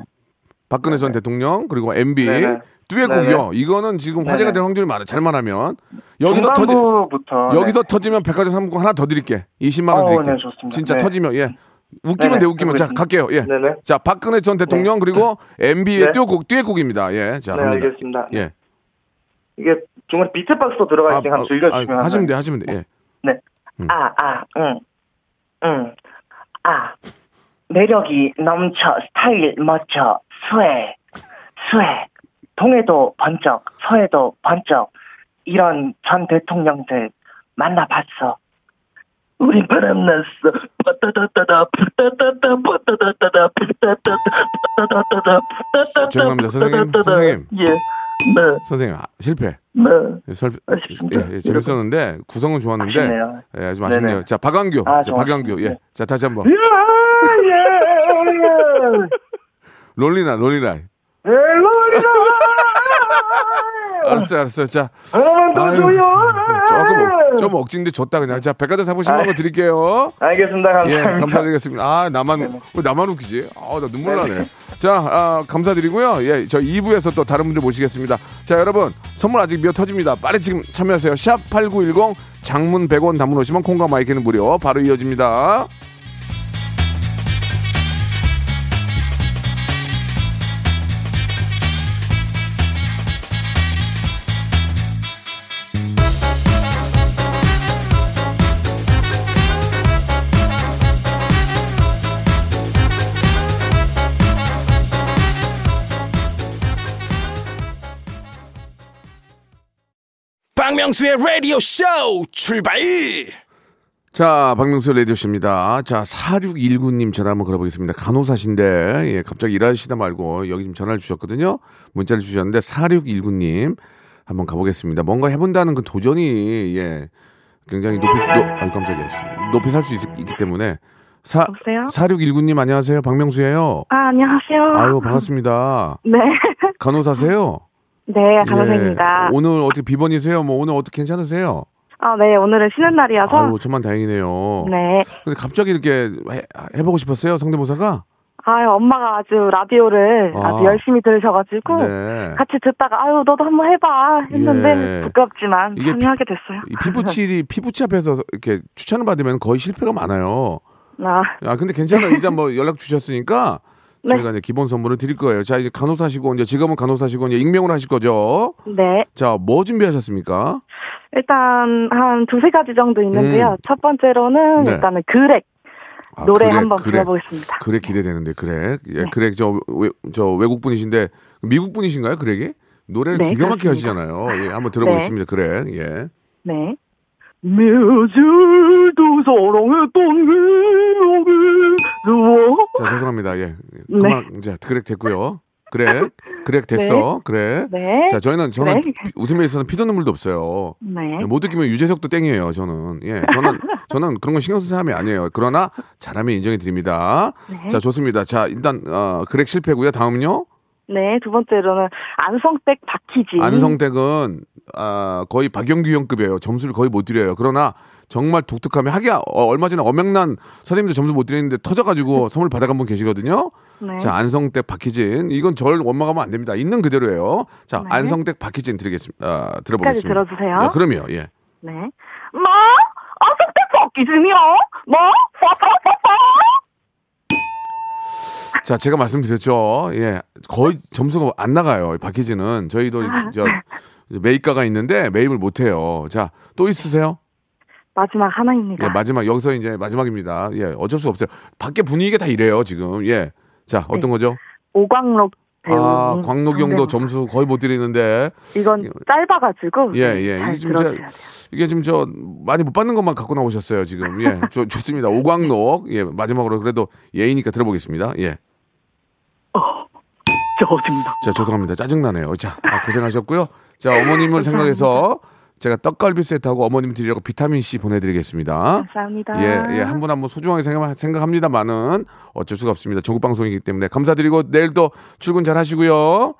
[SPEAKER 3] 박근혜 전 대통령 그리고 MB
[SPEAKER 12] 네네.
[SPEAKER 3] 듀엣곡이요.
[SPEAKER 12] 네네.
[SPEAKER 3] 이거는 지금 화제가
[SPEAKER 12] 네네.
[SPEAKER 3] 될 확률이 많아. 잘만 하면 여기서 터지
[SPEAKER 12] 중반부부터 네.
[SPEAKER 3] 여기서 터지면 백화점 상품권 하나 더 드릴게. 20만 원
[SPEAKER 12] 아, 어,
[SPEAKER 3] 드릴게.
[SPEAKER 12] 네, 좋습니다.
[SPEAKER 3] 진짜
[SPEAKER 12] 네.
[SPEAKER 3] 터지면 예. 웃기면
[SPEAKER 12] 네네,
[SPEAKER 3] 돼 웃기면 자 갈게요. 예. 자 박근혜 전 대통령 그리고 MB의
[SPEAKER 12] 네.
[SPEAKER 3] 듀엣곡 듀엣곡입니다. 예. 자
[SPEAKER 12] 네,
[SPEAKER 3] 갑니다.
[SPEAKER 12] 알겠습니다.
[SPEAKER 3] 예.
[SPEAKER 12] 이게 중간에 비트박스도 들어가 있으니까 한번 네. 즐겨주시면
[SPEAKER 3] 아, 하시면 돼
[SPEAKER 12] 돼요.
[SPEAKER 3] 하시면 돼. 예.
[SPEAKER 12] 아, 아, 응, 응, 아. 매력이 넘쳐, 스타일 멋져, 스웨, 스웨. 동해도 번쩍, 서해도 번쩍. 이런 전 대통령들 만나봤어. 우린 바람났어. 빠따다따다, 푸따따따, 빠따다따다, 푸따따따, 빠따다따다, 푸따따따.
[SPEAKER 3] 죄송합니다, 선생님,
[SPEAKER 12] 빠따다따다.
[SPEAKER 3] 선생님.
[SPEAKER 12] 예, 네,
[SPEAKER 3] 선생님 아, 실패.
[SPEAKER 12] 네.
[SPEAKER 3] 예, 설, 예, 예, 재밌었는데 구성은 좋았는데
[SPEAKER 12] 아쉽네요.
[SPEAKER 3] 예, 좀 아쉽네요.
[SPEAKER 12] 네네.
[SPEAKER 3] 자 박완규,
[SPEAKER 12] 아, 네?
[SPEAKER 3] 자, 박완규, 예, 자 다시 한번
[SPEAKER 7] 아, 예예예
[SPEAKER 3] 롤리나 롤리나.
[SPEAKER 7] 멜로디가
[SPEAKER 3] 알았어요, 알았어요. 자
[SPEAKER 7] 하나만 더
[SPEAKER 3] 아유,
[SPEAKER 7] 줘요
[SPEAKER 3] 조금 좀 억진데 줬다 그냥. 자 백화점 사고 10만
[SPEAKER 12] 아.
[SPEAKER 3] 원 드릴게요.
[SPEAKER 12] 알겠습니다. 감사합니다. 네,
[SPEAKER 3] 예, 감사드리겠습니다. 아 나만 왜 나만 웃기지? 아나 눈물 나네. 자 아, 감사드리고요. 예, 저 2부에서 또 다른 분들 모시겠습니다. 자 여러분 선물 아직 미어 터집니다. 빨리 지금 참여하세요. 샵 #8910 장문 100원 단문 오시면 콩과 마이크는 무료. 바로 이어집니다.
[SPEAKER 2] 박명수의 라디오 쇼 출발
[SPEAKER 3] 자, 박명수 레디오씨입니다. 자, 4619님 전화 한번 걸어보겠습니다. 간호사신데, 예, 갑자기 일하시다 말고 여기 지금 전화를 주셨거든요. 문자를 주셨는데, 4619님 한번 가보겠습니다. 뭔가 해본다는 그 도전이, 예, 굉장히 높이, 노, 아유, 깜짝이야. 높이 살 수 있기 때문에. 사,
[SPEAKER 9] 여보세요?
[SPEAKER 3] 4619님 안녕하세요. 박명수예요
[SPEAKER 9] 아, 안녕하세요.
[SPEAKER 3] 아유, 반갑습니다.
[SPEAKER 9] 네.
[SPEAKER 3] 간호사세요?
[SPEAKER 9] 네,
[SPEAKER 3] 예.
[SPEAKER 9] 강호입니다.
[SPEAKER 3] 오늘 어떻게 비번이세요? 뭐 오늘 어떻게 괜찮으세요?
[SPEAKER 9] 아, 네, 오늘은 쉬는 날이어서.
[SPEAKER 3] 아유, 천만 다행이네요.
[SPEAKER 9] 네.
[SPEAKER 3] 근데 갑자기 이렇게 해, 해보고 싶었어요 성대모사가?
[SPEAKER 9] 아유, 엄마가 아주 라디오를
[SPEAKER 3] 아.
[SPEAKER 9] 아. 주 열심히 그 들으셔가지고.
[SPEAKER 3] 네.
[SPEAKER 9] 같이 듣다가, 아유, 너도 한번 해봐. 했는데,
[SPEAKER 3] 예.
[SPEAKER 9] 부끄럽지만,
[SPEAKER 3] 이게
[SPEAKER 9] 참여하게 됐어요.
[SPEAKER 3] 이 피부칠이 피부치 앞에서 이렇게 추천을 받으면 거의 실패가 많아요.
[SPEAKER 9] 아,
[SPEAKER 3] 아 근데 괜찮아요. 일단 뭐 연락 주셨으니까
[SPEAKER 9] 네.
[SPEAKER 3] 저희가 이제 기본 선물을 드릴 거예요. 자 이제 간호사시고 이제 직업은 간호사시고 이제 익명으로 하실 거죠.
[SPEAKER 9] 네.
[SPEAKER 3] 자 뭐 준비하셨습니까?
[SPEAKER 9] 일단, 한 두세 가지 정도 있는데요.
[SPEAKER 3] 음.
[SPEAKER 9] 첫 번째로는,
[SPEAKER 3] 네.
[SPEAKER 9] 일단은, 그렉.
[SPEAKER 3] 아,
[SPEAKER 9] 노래
[SPEAKER 3] 그래,
[SPEAKER 9] 한번
[SPEAKER 3] 그래.
[SPEAKER 9] 불러보겠습니다. 네.
[SPEAKER 3] 그래 기대되는데 그래 예, 그래 저저 외국 분이신데 미국 분이신가요? 그래게 노래를
[SPEAKER 9] 네,
[SPEAKER 3] 기가 막히게
[SPEAKER 9] 그렇습니다.
[SPEAKER 3] 하시잖아요. 예, 한번 들어보겠습니다. 그래 예.
[SPEAKER 9] 네.
[SPEAKER 7] 며칠도 사랑했던 기억이 누워
[SPEAKER 3] 자 죄송합니다. 예.
[SPEAKER 9] 네.
[SPEAKER 3] 그만 이제 그래 됐고요. 그래 그래 됐어.
[SPEAKER 7] 네.
[SPEAKER 3] 그래.
[SPEAKER 7] 네.
[SPEAKER 3] 자 저희는 저는
[SPEAKER 7] 네.
[SPEAKER 3] 피- 웃음에 있어서 피도 눈물도 없어요.
[SPEAKER 7] 네.
[SPEAKER 3] 예, 못 느끼면 유재석도 땡이에요. 저는 예 저는 저는 그런 거 신경 쓰는 사람이 아니에요. 그러나 잘하면 인정해 드립니다.
[SPEAKER 9] 네.
[SPEAKER 3] 자 좋습니다. 자 일단 어, 그렉 실패고요. 다음요
[SPEAKER 9] 네, 두 번째로는, 안성댁 박희지.
[SPEAKER 3] 안성택은 아, 거의 박영규 형급이에요. 점수를 거의 못 드려요. 그러나 정말 독특하면 하기 어, 얼마 전에 엄명난 선생님도 점수 못 드리는데 터져가지고 선물 받아간 분 계시거든요.
[SPEAKER 9] 네.
[SPEAKER 3] 자 안성댁 박희진 이건 절 원망하면 안 됩니다. 있는 그대로예요. 자 안성댁 박희진 드리겠습니다. 아, 들어보겠습니다.
[SPEAKER 9] 네. 끝까지 들어주세요.
[SPEAKER 3] 아, 그럼요. 예.
[SPEAKER 9] 네. 뭐? 어떻게 벗기지요? 뭐? 파파파파?
[SPEAKER 3] 자 제가 말씀드렸죠. 예 거의 점수가 안 나가요. 박희진은 저희도 저 메이커가 있는데 매입을 못 해요. 자 또 있으세요?
[SPEAKER 9] 마지막 하나입니다.
[SPEAKER 3] 예, 마지막 여기서 이제 마지막입니다. 예, 어쩔 수 없어요. 밖에 분위기가 다 이래요 지금. 예, 자 어떤 거죠?
[SPEAKER 9] 오광록 배우님.
[SPEAKER 3] 아, 광록영도
[SPEAKER 9] 네.
[SPEAKER 3] 점수 거의 못 드리는데,
[SPEAKER 9] 이건 짧아가지고. 네,
[SPEAKER 3] 예, 예,
[SPEAKER 9] 잘
[SPEAKER 3] 이게 지금
[SPEAKER 9] 들어주셔야
[SPEAKER 3] 저, 이게 지금 저 많이 못 받는 것만 갖고 나오셨어요 지금. 예, 좋- 좋습니다. 오광록, 예, 마지막으로 그래도 예의니까 들어보겠습니다. 예. 어,
[SPEAKER 7] 짜증나
[SPEAKER 3] 자 죄송합니다 짜증나네요 자 아, 고생하셨고요 자 어머님을 생각해서 제가 떡갈비 세트하고 어머님 드리려고 비타민 C 보내드리겠습니다
[SPEAKER 9] 감사합니다.
[SPEAKER 3] 예예 한 분 한 분 소중하게 생각, 생각합니다만은 어쩔 수가 없습니다 전국 방송이기 때문에 감사드리고 내일도 출근 잘 하시고요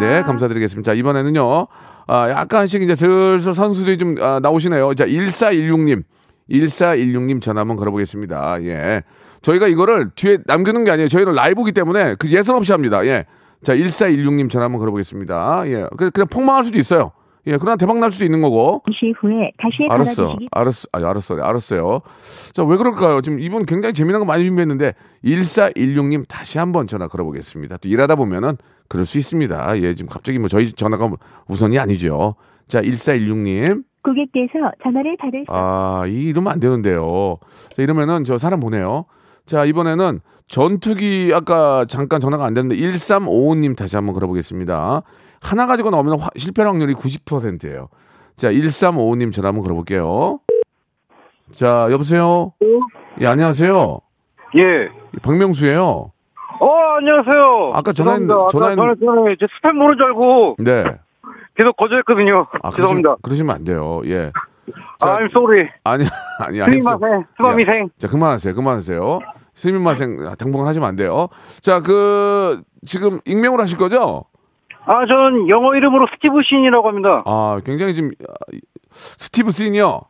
[SPEAKER 3] 네 감사드리겠습니다 자 이번에는요 아 약간씩 이제 슬슬 선수들이 좀 아, 나오시네요 자 1416님 1416님 전화 한번 걸어보겠습니다. 예. 저희가 이거를 뒤에 남기는 게 아니에요. 저희는 라이브기 때문에 그 예선 없이 합니다. 예. 자, 1416님 전화 한번 걸어보겠습니다. 예. 그냥, 그냥 폭망할 수도 있어요. 예. 그러나 대박 날 수도 있는 거고.
[SPEAKER 13] 시 후에 다시
[SPEAKER 3] 알았어.
[SPEAKER 13] 걸어주시기
[SPEAKER 3] 알았어. 아, 알았어. 알았어요. 자, 왜 그럴까요? 지금 이분 굉장히 재미난 거 많이 준비했는데 1416님 다시 한번 전화 걸어보겠습니다. 또 일하다 보면은 그럴 수 있습니다. 예, 지금 갑자기 뭐 저희 전화가 우선이 아니죠. 자, 1416님.
[SPEAKER 13] 고객께서 전화를 받을
[SPEAKER 3] 아, 이- 이러면 안 되는데요. 자, 이러면은 저 사람 보내요. 자, 이번에는 전투기 아까 잠깐 전화가 안 됐는데 1355님 다시 한번 걸어보겠습니다. 하나 가지고 나오면 화- 실패 확률이 90%예요. 자, 1355님 전화 한번 걸어볼게요. 자, 여보세요? 예, 안녕하세요.
[SPEAKER 14] 예.
[SPEAKER 3] 박명수예요.
[SPEAKER 14] 어 안녕하세요.
[SPEAKER 3] 아까 전화했는데-
[SPEAKER 14] 전화했...
[SPEAKER 3] 전화했는데-
[SPEAKER 14] 전화했는데 제 스팸 모르는 줄 알고
[SPEAKER 3] 네.
[SPEAKER 14] 계속 거절했거든요.
[SPEAKER 3] 아,
[SPEAKER 14] 죄송합니다.
[SPEAKER 3] 그러시면, 그러시면 안 돼요. 예.
[SPEAKER 14] I'm sorry.
[SPEAKER 3] 아니, 아니, 아니.
[SPEAKER 14] 스미마생, 스마미생.
[SPEAKER 3] 자, 그만하세요. 그만하세요. 스미마생 아, 당분간 하시면 안 돼요. 자, 그 지금 익명으로 하실 거죠?
[SPEAKER 14] 아, 전 영어 이름으로 스티브 신이라고 합니다.
[SPEAKER 3] 아, 굉장히 지금 아, 이- 스티브 신이요.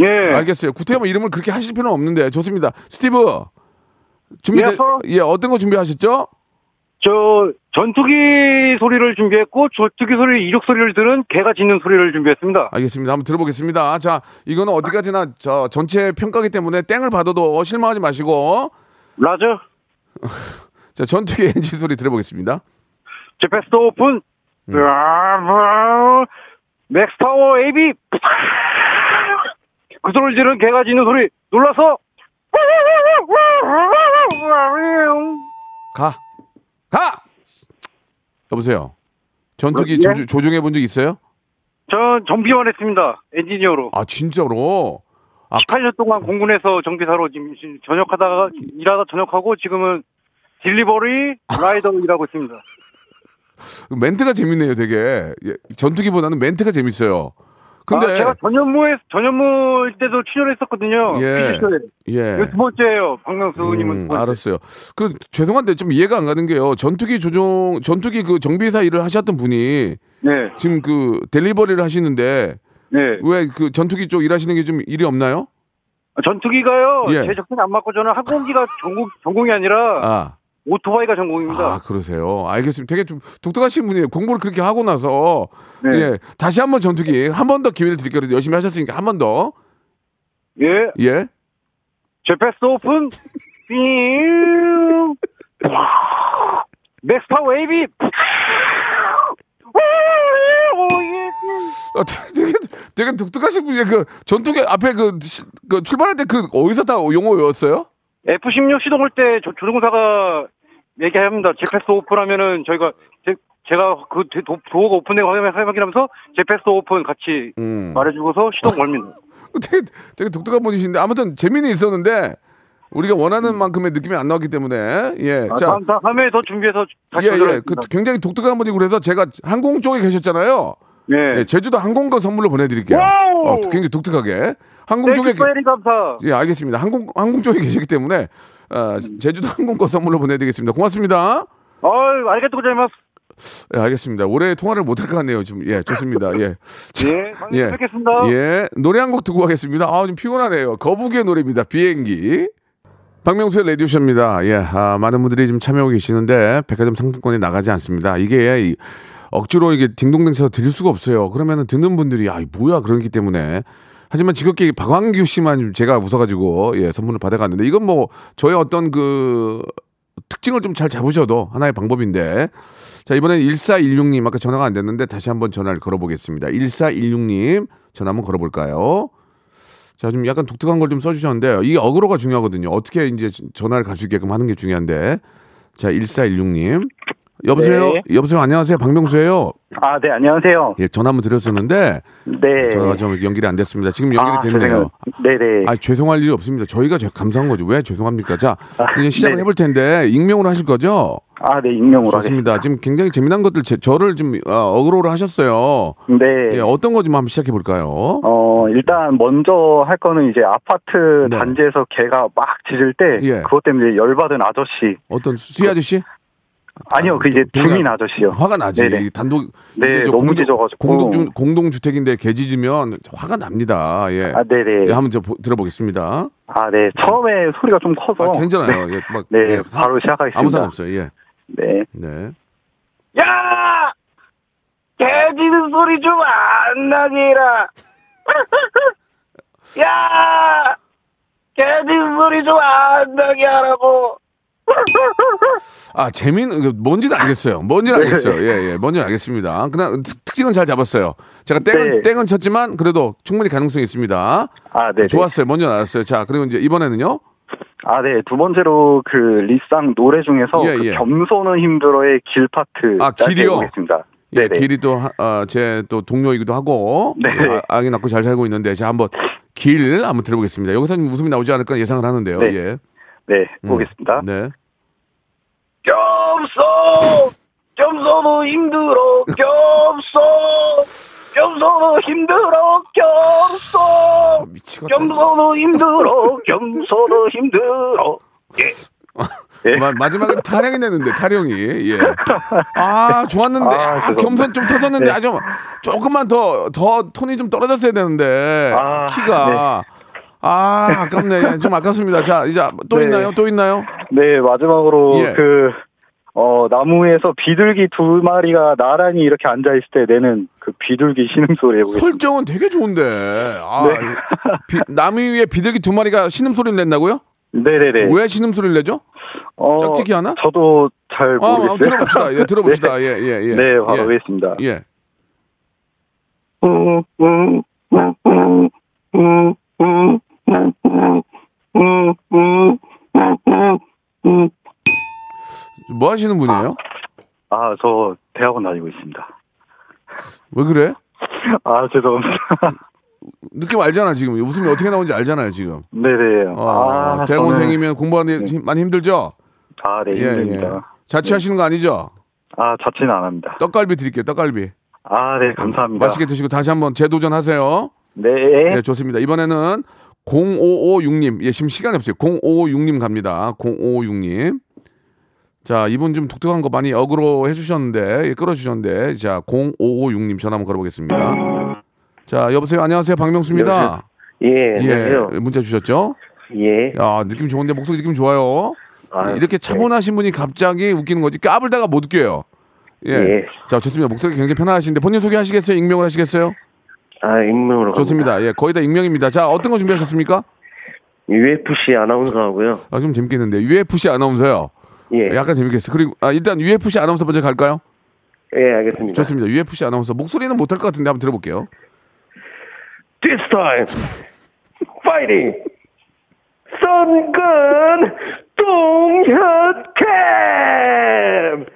[SPEAKER 14] 예.
[SPEAKER 3] 알겠어요. 구태여 뭐 이름을 그렇게 하실 필요는 없는데 좋습니다. 스티브 준비
[SPEAKER 14] 예, 서로?
[SPEAKER 3] 예, 어떤 거 준비하셨죠?
[SPEAKER 14] 저 전투기 소리를 준비했고 전투기 소리 이륙 소리를 들은 개가 짖는 소리를 준비했습니다.
[SPEAKER 3] 알겠습니다. 한번 들어보겠습니다. 자, 이거는 어디까지나 저 전체 평가기 때문에 땡을 받아도 실망하지 마시고
[SPEAKER 14] 라저
[SPEAKER 3] 자, 전투기 엔진 소리 들어보겠습니다.
[SPEAKER 14] 제 베스트 오픈.
[SPEAKER 3] 음.
[SPEAKER 14] 브라보. 맥스타워 AB. 그 소리를 지른 개가 짖는 소리 놀라서
[SPEAKER 3] 가. 가! 여보세요. 전투기
[SPEAKER 14] 예?
[SPEAKER 3] 조종- 조종해 본 적 있어요?
[SPEAKER 14] 전 정비원 했습니다. 엔지니어로.
[SPEAKER 3] 아, 진짜로?
[SPEAKER 14] 18년 동안 공군에서 정비사로 지금 지금 전역하다가 일하다 전역하고 지금은 딜리버리 라이더로 일하고 있습니다.
[SPEAKER 3] 멘트가 재밌네요, 되게. 예, 전투기보다는 멘트가 재밌어요. 근데
[SPEAKER 14] 아, 제가 전현무에 전현무일 때도 출연했었거든요.
[SPEAKER 3] 예.
[SPEAKER 14] 뮤지컬에.
[SPEAKER 3] 예.
[SPEAKER 14] 이거 두 번째예요. 박명수님은
[SPEAKER 3] 음, 알았어요. 그 죄송한데 좀 이해가 안 가는 게요. 전투기 조종, 전투기 그 정비사 일을 하셨던 분이
[SPEAKER 14] 네,
[SPEAKER 3] 지금 그 델리버리를 하시는데 왜 그 전투기 쪽 일하시는 게 좀 일이 없나요?
[SPEAKER 14] 아, 전투기가요.
[SPEAKER 3] 예.
[SPEAKER 14] 제 적성에 안 맞고 저는 항공기가 전공 전공이 아니라
[SPEAKER 3] 아,
[SPEAKER 14] 오토바이가 전공입니다.
[SPEAKER 3] 아 그러세요. 알겠습니다. 되게 좀 독특하신 분이에요. 공부를 그렇게 하고 나서
[SPEAKER 14] 네.
[SPEAKER 3] 예 다시 한번 전투기 한 번 더 기회를 드릴게요. 그래도 열심히 하셨으니까 한 번 더.
[SPEAKER 14] 예.
[SPEAKER 3] 예.
[SPEAKER 14] 제 패스 오픈. 삐우. 맥스파 웨이비.
[SPEAKER 3] 아, 되게 되게 독특하신 분이에요. 그 전투기 앞에 그, 시- 그 출발할 때 그 어디서 다 용어 외웠어요?
[SPEAKER 14] F16 시동할 때 조, 조종사가 얘기합니다. 제패스 오픈하면은 저희가 제, 제가 그 도- 도- 도어가 오픈된 화면 확인하면서 제패스 오픈 같이
[SPEAKER 3] 음.
[SPEAKER 14] 말해주고서
[SPEAKER 3] 아.
[SPEAKER 14] 시동 걸면
[SPEAKER 3] 되게 되게 독특한 분이신데 아무튼 재미는 있었는데 우리가 원하는 만큼의 느낌이 안 나왔기 때문에 예.
[SPEAKER 14] 음. 아,
[SPEAKER 3] 자,
[SPEAKER 14] 다음 다음 회에 더 준비해서 다시
[SPEAKER 3] 예, 예. 그
[SPEAKER 14] 연락하겠습니다.
[SPEAKER 3] 굉장히 독특한 분이고 그래서 제가 항공 쪽에 계셨잖아요. 예. 제주도 항공권 선물로 보내드릴게요.
[SPEAKER 14] 네. 와우! 네,
[SPEAKER 3] 어, 굉장히 독특하게. 항공
[SPEAKER 14] 땡큐,
[SPEAKER 3] 쪽에. 계-
[SPEAKER 14] 페리 감사.
[SPEAKER 3] 예, 알겠습니다. 항공, 항공 쪽에 계시기 때문에, 어, 제주도 항공권 선물로 보내드리겠습니다. 고맙습니다.
[SPEAKER 14] 어, 알겠다고 잘못.
[SPEAKER 3] 예, 알겠습니다. 올해 통화를 못 할 것 같네요. 지금. 예, 좋습니다. 예.
[SPEAKER 14] 예, 방금 뵙겠습니다.
[SPEAKER 3] 예, 노래 한 곡 듣고 가겠습니다. 아, 좀 피곤하네요. 거북이의 노래입니다. 비행기. 박명수의 레디오쇼입니다. 예, 아, 많은 분들이 지금 참여하고 계시는데 백화점 상품권이 나가지 않습니다. 이게 이- 억지로 이게 딩동댕쳐서 들릴 수가 없어요. 그러면은 듣는 분들이 아, 이 뭐야 그러기 때문에. 하지만 지겹게 박광규 씨만 제가 웃어가지고 예, 선물을 받아갔는데 이건 뭐 저의 어떤 그 특징을 좀 잘 잡으셔도 하나의 방법인데 자 이번엔 1416님 아까 전화가 안 됐는데 다시 한번 전화를 걸어보겠습니다 1416님 전화 한번 걸어볼까요 자 좀 약간 독특한 걸 좀 써주셨는데요 이 어그로가 중요하거든요 어떻게 이제 전화를 갈 수 있게끔 하는 게 중요한데 자 1416님 여보세요
[SPEAKER 15] 네.
[SPEAKER 3] 여보세요 안녕하세요 박명수예요
[SPEAKER 15] 아, 네, 안녕하세요.
[SPEAKER 3] 예 전화 한번 드렸었는데
[SPEAKER 15] 네.
[SPEAKER 3] 전화가 좀 연결이 안 됐습니다 지금 연결이
[SPEAKER 15] 아,
[SPEAKER 3] 됐네요
[SPEAKER 15] 죄송해요. 네네.
[SPEAKER 3] 아 죄송할 일이 없습니다 저희가 제- 감사한 거죠 왜 죄송합니까 자 이제 시작을
[SPEAKER 15] 아, 네네.
[SPEAKER 3] 해볼 텐데 익명으로 하실 거죠
[SPEAKER 15] 아, 네, 익명으로
[SPEAKER 3] 좋습니다. 지금 굉장히 재미난 것들 제, 저를 좀 어, 어그로를 하셨어요.
[SPEAKER 15] 네.
[SPEAKER 3] 예, 어떤 거 좀 한번 시작해 볼까요?
[SPEAKER 15] 어, 일단 먼저 할 거는 이제 아파트
[SPEAKER 3] 네.
[SPEAKER 15] 단지에서 개가 막 짖을 때
[SPEAKER 3] 예.
[SPEAKER 15] 그것 때문에 열받은 아저씨.
[SPEAKER 3] 어떤 수희 아저씨?
[SPEAKER 14] 아니요, 그 이제
[SPEAKER 3] 동네
[SPEAKER 14] 주민
[SPEAKER 3] 아-
[SPEAKER 14] 아저씨요.
[SPEAKER 3] 화가 나지.
[SPEAKER 14] 네네.
[SPEAKER 3] 이 단독
[SPEAKER 14] 네,
[SPEAKER 3] 이게 저
[SPEAKER 14] 너무
[SPEAKER 3] 공동-
[SPEAKER 14] 짖어가지고.
[SPEAKER 3] 공동주, 공동주택인데 개짖으면 화가 납니다. 예.
[SPEAKER 14] 아, 네네.
[SPEAKER 3] 예, 한번 저 보- 들어보겠습니다.
[SPEAKER 14] 아, 네. 처음에 소리가 좀 커서.
[SPEAKER 3] 아, 괜찮아요. 예, 막,
[SPEAKER 14] 어. 네,
[SPEAKER 3] 예, 사-
[SPEAKER 14] 바로 시작하겠습니다.
[SPEAKER 3] 아무 상관없어요. 예.
[SPEAKER 14] 네.
[SPEAKER 3] 네.
[SPEAKER 16] 야! 개짖는 소리 좀 안 나게 해라. 야! 개짖는 소리 좀 안 나게 하라고.
[SPEAKER 3] 아, 재미는, 그 뭔지는 알겠어요. 뭔지는
[SPEAKER 14] 네.
[SPEAKER 3] 알겠어요. 예, 예. 뭔지는 알겠습니다. 그냥 특- 특징은 잘 잡았어요. 제가 땡은,
[SPEAKER 14] 네.
[SPEAKER 3] 땡은 쳤지만 그래도 충분히 가능성이 있습니다.
[SPEAKER 14] 아, 네.
[SPEAKER 3] 좋았어요. 뭔지는 알았어요. 자, 그리고 이제 이번에는요?
[SPEAKER 14] 아, 네. 두 번째로 그 리쌍 노래 중에서
[SPEAKER 3] 예,
[SPEAKER 14] 그
[SPEAKER 3] 예.
[SPEAKER 14] 겸손은 힘들어의 길 파트.
[SPEAKER 3] 아,
[SPEAKER 14] 짧게
[SPEAKER 3] 길이요?
[SPEAKER 14] 해보겠습니다.
[SPEAKER 3] 예,
[SPEAKER 14] 네네.
[SPEAKER 3] 길이 또, 제 또 동료이기도 하고.
[SPEAKER 14] 네.
[SPEAKER 3] 예, 아, 기 낳고 잘 살고 있는데. 자, 한번 길 한번 들어보겠습니다. 여기서는 웃음이 나오지 않을까 예상을 하는데요.
[SPEAKER 14] 네.
[SPEAKER 3] 예.
[SPEAKER 14] 네, 보겠습니다.
[SPEAKER 3] 네.
[SPEAKER 16] 겸손! 겸손은 힘들어, 겸손! 겸손은 힘들어,
[SPEAKER 3] 어,
[SPEAKER 16] 겸손! 겸손은 힘들어, 겸손은 힘들어.
[SPEAKER 14] 네.
[SPEAKER 3] 마, 마지막에 타령이 냈는데, 타령이. 예. 아, 좋았는데.
[SPEAKER 14] 아,
[SPEAKER 3] 아,
[SPEAKER 14] 죄송합니다.
[SPEAKER 3] 겸손 좀 터졌는데.
[SPEAKER 14] 네.
[SPEAKER 3] 아, 좀, 조금만 더, 더 톤이 좀 떨어졌어야 되는데.
[SPEAKER 14] 아,
[SPEAKER 3] 키가. 아, 아깝네. 좀 아깝습니다. 자, 이제 또
[SPEAKER 14] 네.
[SPEAKER 3] 있나요? 또 있나요?
[SPEAKER 14] 네, 마지막으로
[SPEAKER 3] 예.
[SPEAKER 14] 그, 어, 나무에서 비둘기 두 마리가 나란히 이렇게 앉아있을 때 내는 그 비둘기 신음 소리 해보겠습니다. 네.
[SPEAKER 3] 설정은 되게 좋은데. 아, 비- 나무 위에 비둘기 두 마리가 신음소리를 낸다고요?
[SPEAKER 14] 네네네.
[SPEAKER 3] 왜 신음소리를 내죠?
[SPEAKER 14] 어,
[SPEAKER 3] 짝짓기 하나?
[SPEAKER 14] 저도 잘
[SPEAKER 3] 아,
[SPEAKER 14] 모르겠어요.
[SPEAKER 3] 아, 들어봅시다. 예, 들어봅시다.
[SPEAKER 14] 네.
[SPEAKER 3] 예, 예, 예.
[SPEAKER 14] 네, 바로
[SPEAKER 3] 예.
[SPEAKER 14] 하겠습니다.
[SPEAKER 3] 예. 뭐 하시는 분이에요?
[SPEAKER 14] 아, 저 대학원 다니고 있습니다.
[SPEAKER 3] 왜 그래?
[SPEAKER 14] 아, 죄송합니다.
[SPEAKER 3] 느낌 알잖아, 지금. 웃음이 어떻게 나오는지 알잖아요, 지금.
[SPEAKER 14] 네네.
[SPEAKER 3] 어,
[SPEAKER 14] 아,
[SPEAKER 3] 대학원생이면 공부하는 데 많이 힘들죠? 예,
[SPEAKER 14] 저는- 아, 네, 힘듭니다.
[SPEAKER 3] 자취하시는 거 아니죠?
[SPEAKER 14] 아, 자취는 안 합니다.
[SPEAKER 3] 떡갈비 드릴게요, 떡갈비.
[SPEAKER 14] 아, 네, 감사합니다.
[SPEAKER 3] 맛있게 드시고 다시 한번 재도전하세요.
[SPEAKER 14] 네.
[SPEAKER 3] 네, 좋습니다. 이번에는 0556님. 예, 지금 시간이 없어요. 0556님 갑니다. 0556님. 자, 이분 좀 독특한 거 많이 어그로 해주셨는데, 예, 끌어주셨는데, 자, 0556님 전화 한번 걸어보겠습니다. 자, 여보세요. 안녕하세요. 박명수입니다.
[SPEAKER 12] 예, 안녕하세요.
[SPEAKER 3] 문자 주셨죠?
[SPEAKER 12] 예.
[SPEAKER 3] 야, 느낌 좋은데, 목소리 느낌 좋아요.
[SPEAKER 12] 네.
[SPEAKER 3] 이렇게 차분하신 분이 갑자기 웃기는 거지, 까불다가 못 웃겨요. 예.
[SPEAKER 12] 예.
[SPEAKER 3] 자, 좋습니다. 목소리 굉장히 편안하신데, 본인 소개하시겠어요? 익명을 하시겠어요?
[SPEAKER 12] 아, 익명으로
[SPEAKER 3] 좋습니다. 예, 거의 다 익명입니다. 자, 어떤 거 준비하셨습니까?
[SPEAKER 12] UFC 아나운서 하고요.
[SPEAKER 3] 아, 좀 재밌겠는데. UFC 아나운서요.
[SPEAKER 12] 예.
[SPEAKER 3] 약간 재밌겠어. 그리고 아, 일단 UFC 아나운서 먼저 갈까요?
[SPEAKER 12] 예, 알겠습니다.
[SPEAKER 3] 좋습니다. UFC 아나운서 목소리는 못할 것 같은데 한번 들어볼게요.
[SPEAKER 12] This time, fighting.
[SPEAKER 16] 선근 동현캠!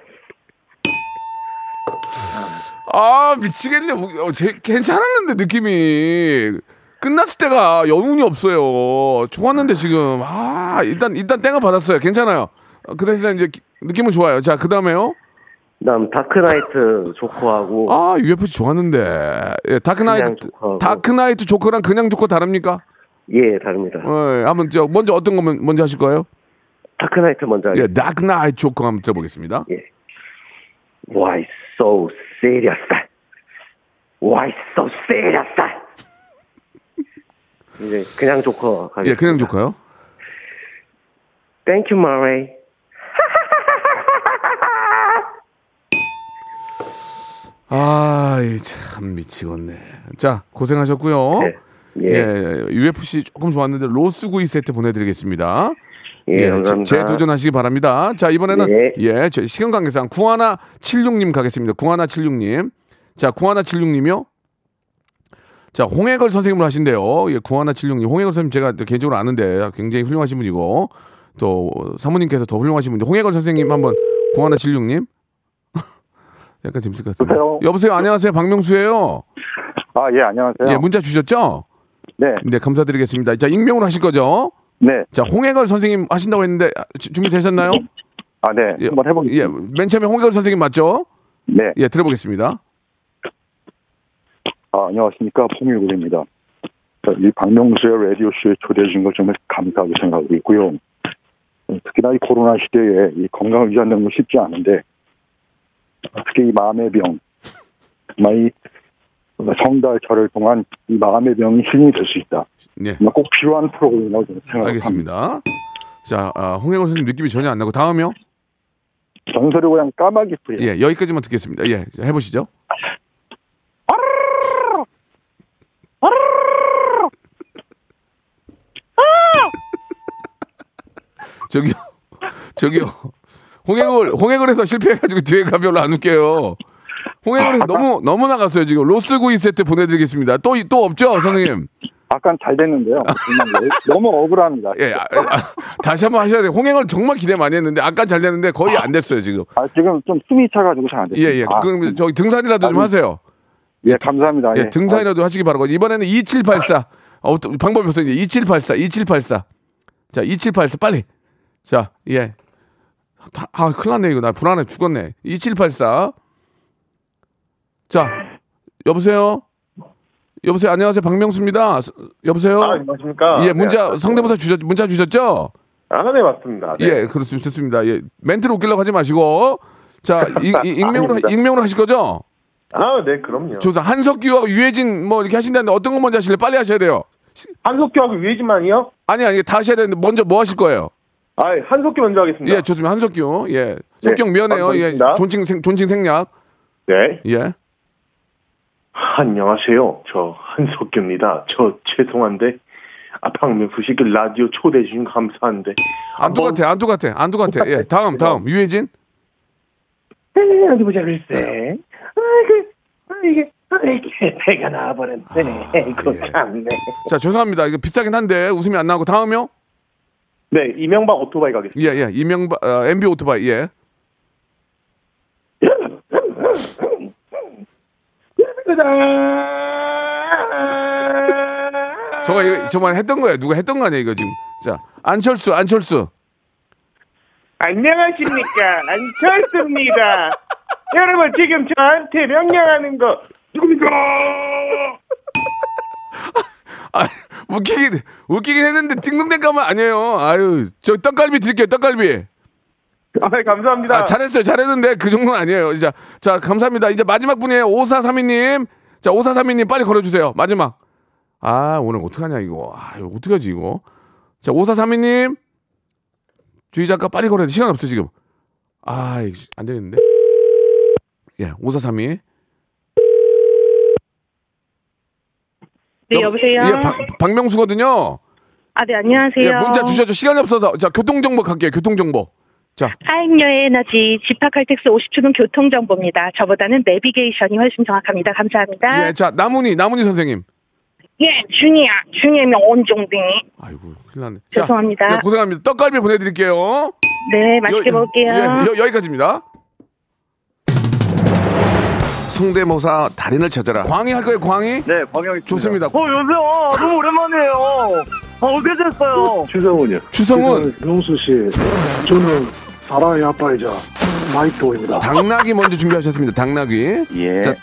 [SPEAKER 3] 아 미치겠네. 우- 어, 제- 괜찮았는데 느낌이 끝났을 때가 여운이 없어요. 좋았는데 지금 아 일단 일단 땡을 받았어요. 괜찮아요. 어, 그 대신 이제 기- 느낌은 좋아요. 자 그 다음에요.
[SPEAKER 12] 그다음 다크나이트 조커하고
[SPEAKER 3] 아 UFC 좋았는데 예, 다크나이트
[SPEAKER 12] 조커하고.
[SPEAKER 3] 다크나이트 조커랑 그냥 조커 다릅니까?
[SPEAKER 12] 예, 다릅니다.
[SPEAKER 3] 예, 한번 저 먼저 어떤 거 먼- 먼저 하실 거예요?
[SPEAKER 12] 다크나이트 먼저
[SPEAKER 3] 예,
[SPEAKER 12] 하겠습니다.
[SPEAKER 3] 다크나이트 조커 한번 들어보겠습니다.
[SPEAKER 12] Why so serious? Why so serious? 이제 그냥 조커
[SPEAKER 3] 예, 그-
[SPEAKER 12] 가겠습니다.
[SPEAKER 3] 그냥 조커요.
[SPEAKER 12] Thank you, Murray.
[SPEAKER 3] 아, 이참 미치겠네. 자, 고생하셨고요.
[SPEAKER 12] 예.
[SPEAKER 3] UFC 조금 좋았는데 로스구이 세트 보내드리겠습니다.
[SPEAKER 12] 예, 감사합니다.
[SPEAKER 3] 재도전하시기 바랍니다. 자, 이번에는 예, 저 시간 관계상 구하나 76님 가겠습니다. 구하나 76님. 자, 구하나 76님이요. 자, 홍해걸 선생님을 하신대요. 예, 구하나 76님. 홍해걸 선생님 제가 또 개인적으로 아는데 굉장히 훌륭하신 분이고 또 사모님께서 더 훌륭하신 분인데 홍해걸 선생님 한번 구하나 76님. 약간 재밌을 것 같은데. 여보세요. 안녕하세요. 박명수예요.
[SPEAKER 17] 아, 예, 안녕하세요.
[SPEAKER 14] 네.
[SPEAKER 3] 예, 문자 주셨죠?
[SPEAKER 17] 네.
[SPEAKER 3] 네, 감사드리겠습니다. 자, 익명으로 하실 거죠?
[SPEAKER 17] 네.
[SPEAKER 3] 자, 홍해걸 선생님 하신다고 했는데 아, 주- 준비되셨나요?
[SPEAKER 17] 아, 네. 한번 해
[SPEAKER 3] 예, 맨 처음에 홍해걸 선생님 맞죠?
[SPEAKER 17] 네.
[SPEAKER 3] 예, 들어보겠습니다.
[SPEAKER 17] 아, 안녕하십니까. 홍일국입니다. 자, 이 박명수의 라디오쇼에 초대해주신 걸 정말 감사하게 생각하고 있고요. 어, 특히나 이 코로나 시대에 이 건강을 유지한다는 건 쉽지 않은데,
[SPEAKER 14] 어떻게 이 마음의 병, 정말 이 성달절을 통한 이 마음의 병이 힐링이 될 수 있다.
[SPEAKER 3] 예.
[SPEAKER 14] 정말 꼭 필요한 프로그램이라고 저는 생각합니다.
[SPEAKER 3] 알겠습니다. 자, 아, 홍영호 선생님 느낌이 전혀 안 나고 다음이요.
[SPEAKER 14] 전설의 고향 까마귀 풀이.
[SPEAKER 3] 예, 여기까지만 듣겠습니다. 예, 자, 해보시죠. 저기요, 저기요. 홍해골, 홍해골에서 실패해가지고 뒤에 가 별로 안 웃겨요. 홍해골에서 너무 너무 나갔어요 지금. 로스구이 세트 보내드리겠습니다. 또 또 없죠, 선생님?
[SPEAKER 14] 아까 잘 됐는데요. 정말 예, 너- 너무 억울합니다.
[SPEAKER 3] 예, 아, 아, 다시 한번 하셔야 돼요. 홍해골 정말 기대 많이 했는데 아까 잘 됐는데 거의 안 됐어요 지금.
[SPEAKER 14] 아, 지금 좀 숨이 차가지고 잘 안
[SPEAKER 3] 예,
[SPEAKER 14] 됐어요.
[SPEAKER 3] 예.
[SPEAKER 14] 아,
[SPEAKER 3] 그럼 저기 등산이라도 좀
[SPEAKER 14] 아니,
[SPEAKER 3] 하세요.
[SPEAKER 14] 예, 아, 감사합니다.
[SPEAKER 3] 예, 등산이라도 하시기 바라고. 이번에는 2784. 어, 또 방법이 없어요. 이제 2784, 2784. 자, 2784, 빨리. 자, 예. 다- 아, 큰일 났네, 이거. 나 불안해 죽었네. 2784. 자, 여보세요? 여보세요? 안녕하세요. 박명수입니다. 스- 여보세요?
[SPEAKER 12] 아, 안녕하십니까.
[SPEAKER 3] 예, 문자,
[SPEAKER 12] 네.
[SPEAKER 3] 성대모사 주셨, 문자 주셨죠?
[SPEAKER 12] 아, 네, 맞습니다. 네.
[SPEAKER 3] 예, 그렇습니다. 좋습니다. 예. 멘트로 웃기려고 하지 마시고. 자, 이, 이- 익명으로,
[SPEAKER 12] 아닙니다.
[SPEAKER 3] 익명으로 하실 거죠?
[SPEAKER 12] 아, 네, 그럼요.
[SPEAKER 3] 조사 한석규하고 유해진 뭐 이렇게 하신다는데 어떤 거 먼저 하실래? 빨리 하셔야 돼요.
[SPEAKER 12] 한석규하고 유해진만이요?
[SPEAKER 3] 아니 아니 다 하셔야 되는데 먼저 뭐 하실 거예요?
[SPEAKER 12] 아, 한석규 먼저 하겠습니다.
[SPEAKER 3] 예, 좋습니다. 한석규. 예. 석경
[SPEAKER 12] 네,
[SPEAKER 3] 미안해요. 예.
[SPEAKER 12] 감사합니다.
[SPEAKER 3] 존칭 생, 존칭 생략.
[SPEAKER 12] 네.
[SPEAKER 3] 예.
[SPEAKER 12] 안녕하세요. 저 한석규입니다. 저 죄송한데 아, 박명수 씨그 라디오 초대해 주신 거 감사한데
[SPEAKER 3] 안 똑같아. 안 똑같아. 안 똑같아. 예. 다음 다음 유해진.
[SPEAKER 12] 에, 네, 어디 보자 글쎄. 아, 그, 아, 이게, 아, 이게 배가 나와버렸네. 이거 참네.
[SPEAKER 3] 자, 죄송합니다. 이거 비싸긴 한데 웃음이 안 나고 다음요?
[SPEAKER 12] 네, 이명박 오토바이 가겠습니다.
[SPEAKER 3] 예, 예. 이명박 어, MB 오토바이. 예.
[SPEAKER 12] 그
[SPEAKER 3] 저거 이거 저만 했던 거예요. 누가 했던 거 아니에요, 이거 지금. 자, 안철수, 안철수.
[SPEAKER 18] 안녕하십니까 안철수입니다 여러분 지금 저한테 명령하는 거 누굽니까
[SPEAKER 3] 아, 웃기긴 웃기긴 했는데 띵동댕감은 아니에요. 아유, 저 떡갈비 드릴게요. 떡갈비.
[SPEAKER 12] 아,
[SPEAKER 19] 네,
[SPEAKER 12] 감사합니다.
[SPEAKER 3] 아, 잘했어요. 잘했는데 그 정도는 아니에요. 자, 자, 감사합니다. 이제 마지막 분이에요. 5432님. 자, 5432님 빨리 걸어 주세요. 마지막. 아, 오늘 어떡하냐 이거. 아, 이거 어떡하지 이거. 자, 5432님. 주희 작가 빨리 걸어야 돼. 시간 없어 지금. 아, 이거 안 되겠는데. 예, 5432.
[SPEAKER 9] 네, 여보세요?
[SPEAKER 3] 예, 박, 박명수거든요.
[SPEAKER 9] 아, 네, 안녕하세요.
[SPEAKER 3] 예, 문자 주셔죠. 시간이 없어서 자 교통 정보 갈게요. 교통 정보. 자,
[SPEAKER 9] 하임여의 에너지 집합할 텍스 50초는 교통정보입니다. 저보다는 내비게이션이 훨씬 정확합니다. 감사합니다.
[SPEAKER 3] 예, 자 나문희 나문희 선생님.
[SPEAKER 9] 예, 준이야. 준이면 온종등이.
[SPEAKER 3] 큰일 났네. 자,
[SPEAKER 9] 죄송합니다.
[SPEAKER 3] 예, 고생합니다. 떡갈비 보내드릴게요.
[SPEAKER 9] 네, 맛있게 먹을게요.
[SPEAKER 3] 예, 여, 여기까지입니다. 성대모사 달인을 찾아라. 광희 할 거예요, 광희?
[SPEAKER 12] 네, 광희
[SPEAKER 3] 좋습니다.
[SPEAKER 19] 어 여보세요 너무 오랜만이에요 아 어떻게 됐어요
[SPEAKER 14] 추성훈이요.
[SPEAKER 3] 추성훈.
[SPEAKER 14] 명수 씨, 저는 사랑의 아빠이자 마이토입니다.
[SPEAKER 3] 당나귀 먼저 준비하셨습니다. 당나귀. 예. 자,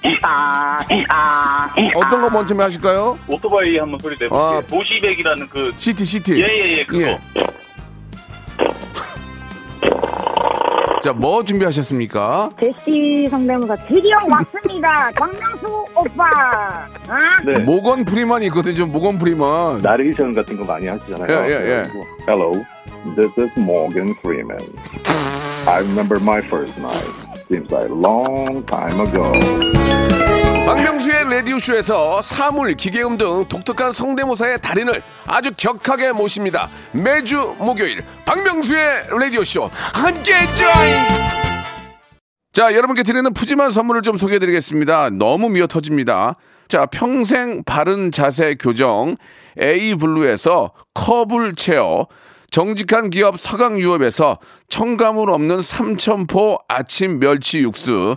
[SPEAKER 3] 어떤 거 먼저 하실까요?
[SPEAKER 20] 오토바이 한번 소리 내볼게요.
[SPEAKER 3] 아.
[SPEAKER 20] 도시백이라는 그
[SPEAKER 3] 시티 시티.
[SPEAKER 20] 예예예 그거.
[SPEAKER 3] 예. 자, 뭐 준비하셨습니까?
[SPEAKER 21] 제시 성대모사 드디어 왔습니다. 박명수 오빠. 아?
[SPEAKER 3] 네. 모건 프리만 있거든요. 모건 프리만.
[SPEAKER 6] 나레이션 같은 거 많이 하시잖아요.
[SPEAKER 3] 예, 예, 예.
[SPEAKER 6] Hello, this is Morgan Freeman. I remember my first night. Seems like a long time ago.
[SPEAKER 3] 박명수의 라디오쇼에서 사물, 기계음 등 독특한 성대모사의 달인을 아주 격하게 모십니다. 매주 목요일 박명수의 라디오쇼 함께해 줘잉! 자, 여러분께 드리는 푸짐한 선물을 좀 소개해 드리겠습니다. 너무 미어 터집니다. 자, 평생 바른 자세 교정 A 블루에서 커블 체어 정직한 기업 서강유업에서 청가물 없는 삼천포 아침 멸치 육수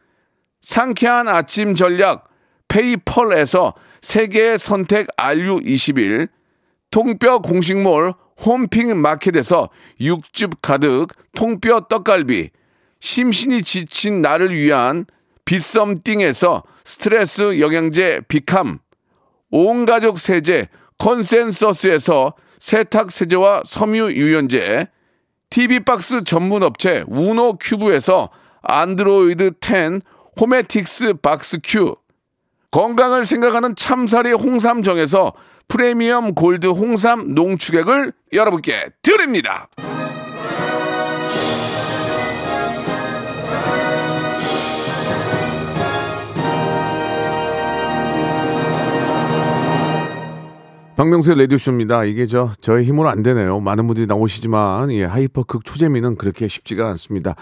[SPEAKER 3] 상쾌한 아침 전략 페이펄에서 세계 선택 RU21, 통뼈 공식몰 홈핑 마켓에서 육즙 가득 통뼈 떡갈비, 심신이 지친 나를 위한 비썸띵에서 스트레스 영양제 비캄, 온 가족 세제 컨센서스에서 세탁 세제와 섬유 유연제, TV 박스 전문 업체 우노 큐브에서 안드로이드 10 호메틱스 박스 큐, 건강을 생각하는 참사리 홍삼정에서 프리미엄 골드 홍삼 농축액을 여러분께 드립니다. 박명수의 레디오쇼입니다. 이게 저, 저의 힘으로 안 되네요. 많은 분들이 나오시지만, 예, 하이퍼극 초재미는 그렇게 쉽지가 않습니다.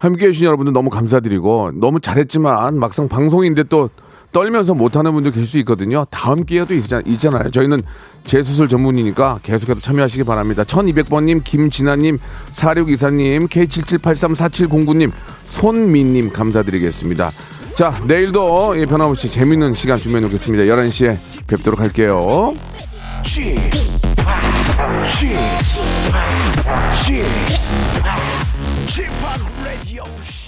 [SPEAKER 3] 함께 해주신 여러분들 너무 감사드리고, 너무 잘했지만, 막상 방송인데 또 떨면서 못하는 분들 계실 수 있거든요. 다음 기회도 있자, 있잖아요. 저희는 재수술 전문이니까 계속해서 참여하시기 바랍니다. 1200번님, 김진아님, 4624님, K77834709님, 손민님 감사드리겠습니다. 자, 내일도 예, 변함없이 재밌는 시간 준비해 놓겠습니다. 11시에 뵙도록 할게요.
[SPEAKER 2] 지팍 라디오 쇼